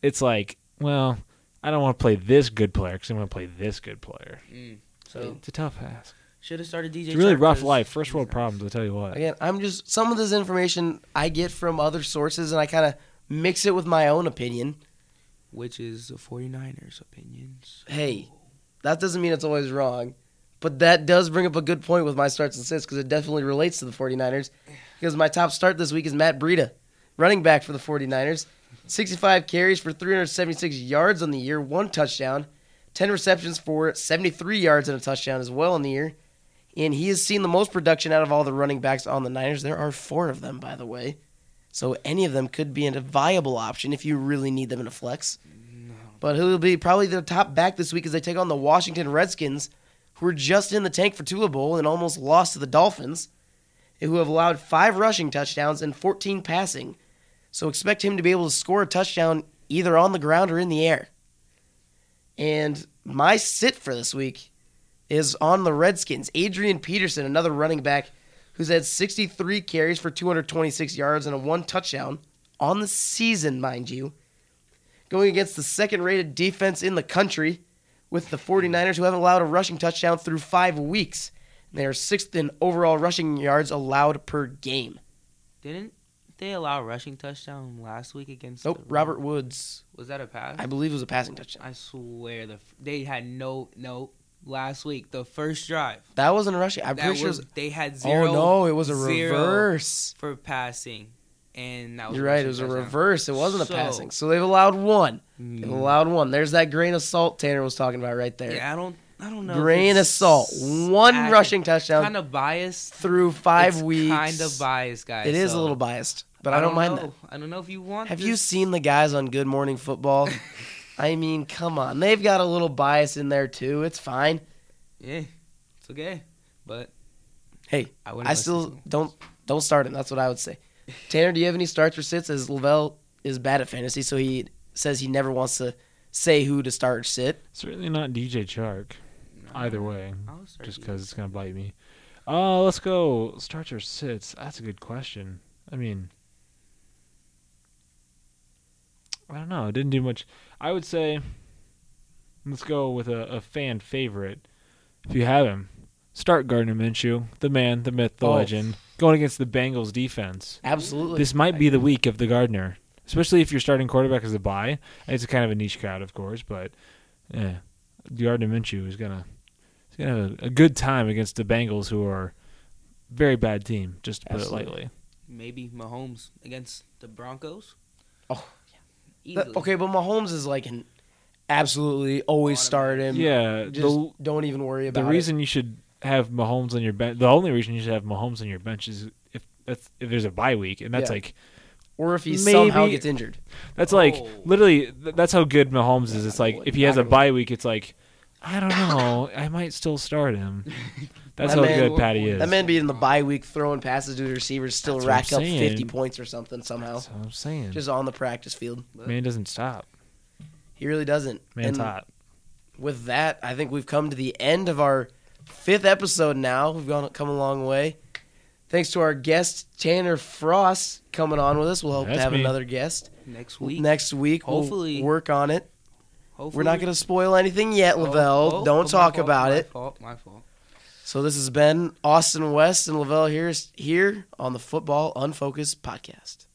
Speaker 3: It's like, well, I don't want to play this good player because I want to play this good player.
Speaker 2: Mm. So
Speaker 3: It's a tough ask.
Speaker 2: should have started DJ.
Speaker 3: It's a really
Speaker 2: Chark
Speaker 3: rough
Speaker 2: 'cause
Speaker 3: life. First world
Speaker 2: he's
Speaker 3: problems, I tell you
Speaker 2: Oh,
Speaker 3: what.
Speaker 1: Again, I'm just some of this information I get from other sources, and I kind of mix it with my own opinion.
Speaker 2: not- Which is the 49ers' opinions.
Speaker 1: Hey, that doesn't mean it's always wrong, but that does bring up a good point with my starts and sits because it definitely relates to the 49ers. Because my top start this week is Matt Breida, running back for the 49ers. 65 carries for 376 yards on the year, one touchdown, 10 receptions for 73 yards and a touchdown as well on the year. And he has seen the most production out of all the running backs on the Niners. There are four of them, by the way. So any of them could be a viable option if you really need them in a flex.
Speaker 2: No.
Speaker 1: But who will be probably their top back this week as they take on the Washington Redskins, who were just in the tank for Tua Bowl and almost lost to the Dolphins, and who have allowed five rushing touchdowns and 14 passing. So expect him to be able to score a touchdown either on the ground or in the air. And my sit for this week is on the Redskins. Adrian Peterson, another running back who's had 63 carries for 226 yards and a one touchdown on the season, mind you going against the second rated defense in the country with the 49ers, who haven't allowed a rushing touchdown through five weeks. And they are sixth in overall rushing yards allowed per game.
Speaker 2: Didn't they allow a rushing touchdown last week against?
Speaker 1: Nope,
Speaker 2: the-
Speaker 1: Robert Woods,
Speaker 2: Was that a pass?
Speaker 1: I believe, was a passing touchdown.
Speaker 2: I swear the f- they had no no last week the first drive.
Speaker 1: That wasn't a rushing. I'm
Speaker 2: that
Speaker 1: pretty sure. it
Speaker 2: was,
Speaker 1: was-
Speaker 2: they had zero.
Speaker 1: oh no, it was a
Speaker 2: zero
Speaker 1: reverse.
Speaker 2: for passing, and that was
Speaker 1: You're
Speaker 2: a
Speaker 1: right,
Speaker 2: rushing
Speaker 1: it was a
Speaker 2: touchdown.
Speaker 1: reverse. It wasn't
Speaker 2: So-
Speaker 1: a passing. So they've allowed one. They've
Speaker 2: Mm.
Speaker 1: allowed one. There's that grain of salt Tanner was talking about right there.
Speaker 2: Yeah, I don't I don't know. if
Speaker 1: grain of
Speaker 2: it's
Speaker 1: salt. One
Speaker 2: accurate.
Speaker 1: rushing touchdown
Speaker 2: Kind of biased.
Speaker 1: through five
Speaker 2: It's
Speaker 1: weeks.
Speaker 2: Kind of biased, guys.
Speaker 1: It is a
Speaker 2: so
Speaker 1: little biased, but I, don't, mind that.
Speaker 2: know. I don't know if you want.
Speaker 1: Have
Speaker 2: this.
Speaker 1: you seen the guys on Good Morning Football? I mean, come on. They've got a little bias in there too. It's fine.
Speaker 2: Yeah, it's okay. But
Speaker 1: Hey,
Speaker 2: I, wouldn't
Speaker 1: I
Speaker 2: listen
Speaker 1: still
Speaker 2: to him.
Speaker 1: don't don't start him. That's what I would say. Tanner, do you have any starts or sits? As Lavelle is bad at fantasy, so he says he never wants to say who to start or sit.
Speaker 3: Certainly not DJ Chark.
Speaker 2: No,
Speaker 3: Either way,
Speaker 2: I'll start
Speaker 3: just
Speaker 2: you.
Speaker 3: because it's gonna bite me. Uh, let's go. Starts or sits? That's a good question. I mean, I don't know. It didn't do much. I would say, let's go with a, a fan favorite. If you have him, start Gardner Minshew, the man, the myth, the
Speaker 1: Oh.
Speaker 3: legend, going against the Bengals defense.
Speaker 1: Absolutely.
Speaker 3: This might be the week of the Gardner, especially if your starting quarterback is a bye. It's kind of a niche crowd, of course, but yeah, Gardner Minshew is gonna he's gonna have a, a good time against the Bengals, who are a very bad team, just to put
Speaker 1: Absolutely.
Speaker 3: it lightly.
Speaker 2: maybe Mahomes against the Broncos.
Speaker 1: Oh,
Speaker 2: yeah.
Speaker 1: But- okay, but Mahomes is like an absolutely always start him.
Speaker 3: Yeah,
Speaker 1: Just
Speaker 3: the
Speaker 1: don't even worry about
Speaker 3: the reason you should have Mahomes on your bench, the only reason you should have Mahomes on your bench is if that's if there's a bye week, and that's
Speaker 1: Yeah.
Speaker 3: like
Speaker 1: it. Or if he
Speaker 3: maybe-
Speaker 1: somehow gets injured.
Speaker 3: That's like
Speaker 2: Oh.
Speaker 3: literally. Th- that's how good Mahomes is. It's like if he has a
Speaker 1: Exactly.
Speaker 3: bye week, it's like I don't know. I might still start him. That's
Speaker 1: That
Speaker 3: how
Speaker 1: man-
Speaker 3: good Patty is.
Speaker 1: That man being in the bye week throwing passes to the receivers still
Speaker 3: That's what
Speaker 1: rack
Speaker 3: I'm
Speaker 1: up
Speaker 3: saying.
Speaker 1: 50 points or something somehow.
Speaker 3: That's what I'm saying.
Speaker 1: Just on the practice field.
Speaker 3: man doesn't stop.
Speaker 1: He really doesn't.
Speaker 3: Man's
Speaker 1: And-
Speaker 3: hot.
Speaker 1: with that, I think we've come to the end of our fifth episode now. We've gone come a long way. Thanks to our guest Tanner Frost coming on with us. We'll hope to
Speaker 3: That's
Speaker 1: have
Speaker 3: me.
Speaker 1: another guest
Speaker 2: Next week.
Speaker 1: next week. We'll
Speaker 2: Hopefully.
Speaker 1: work on it.
Speaker 2: Hopefully.
Speaker 1: We're not going to spoil anything yet,
Speaker 2: Oh,
Speaker 1: Lavelle.
Speaker 2: oh,
Speaker 1: Don't
Speaker 2: my
Speaker 1: talk
Speaker 2: fault,
Speaker 1: about
Speaker 2: my
Speaker 1: it.
Speaker 2: Fault, my fault.
Speaker 1: So this has been Austin West and Lavelle here here on the Football Unfocused podcast.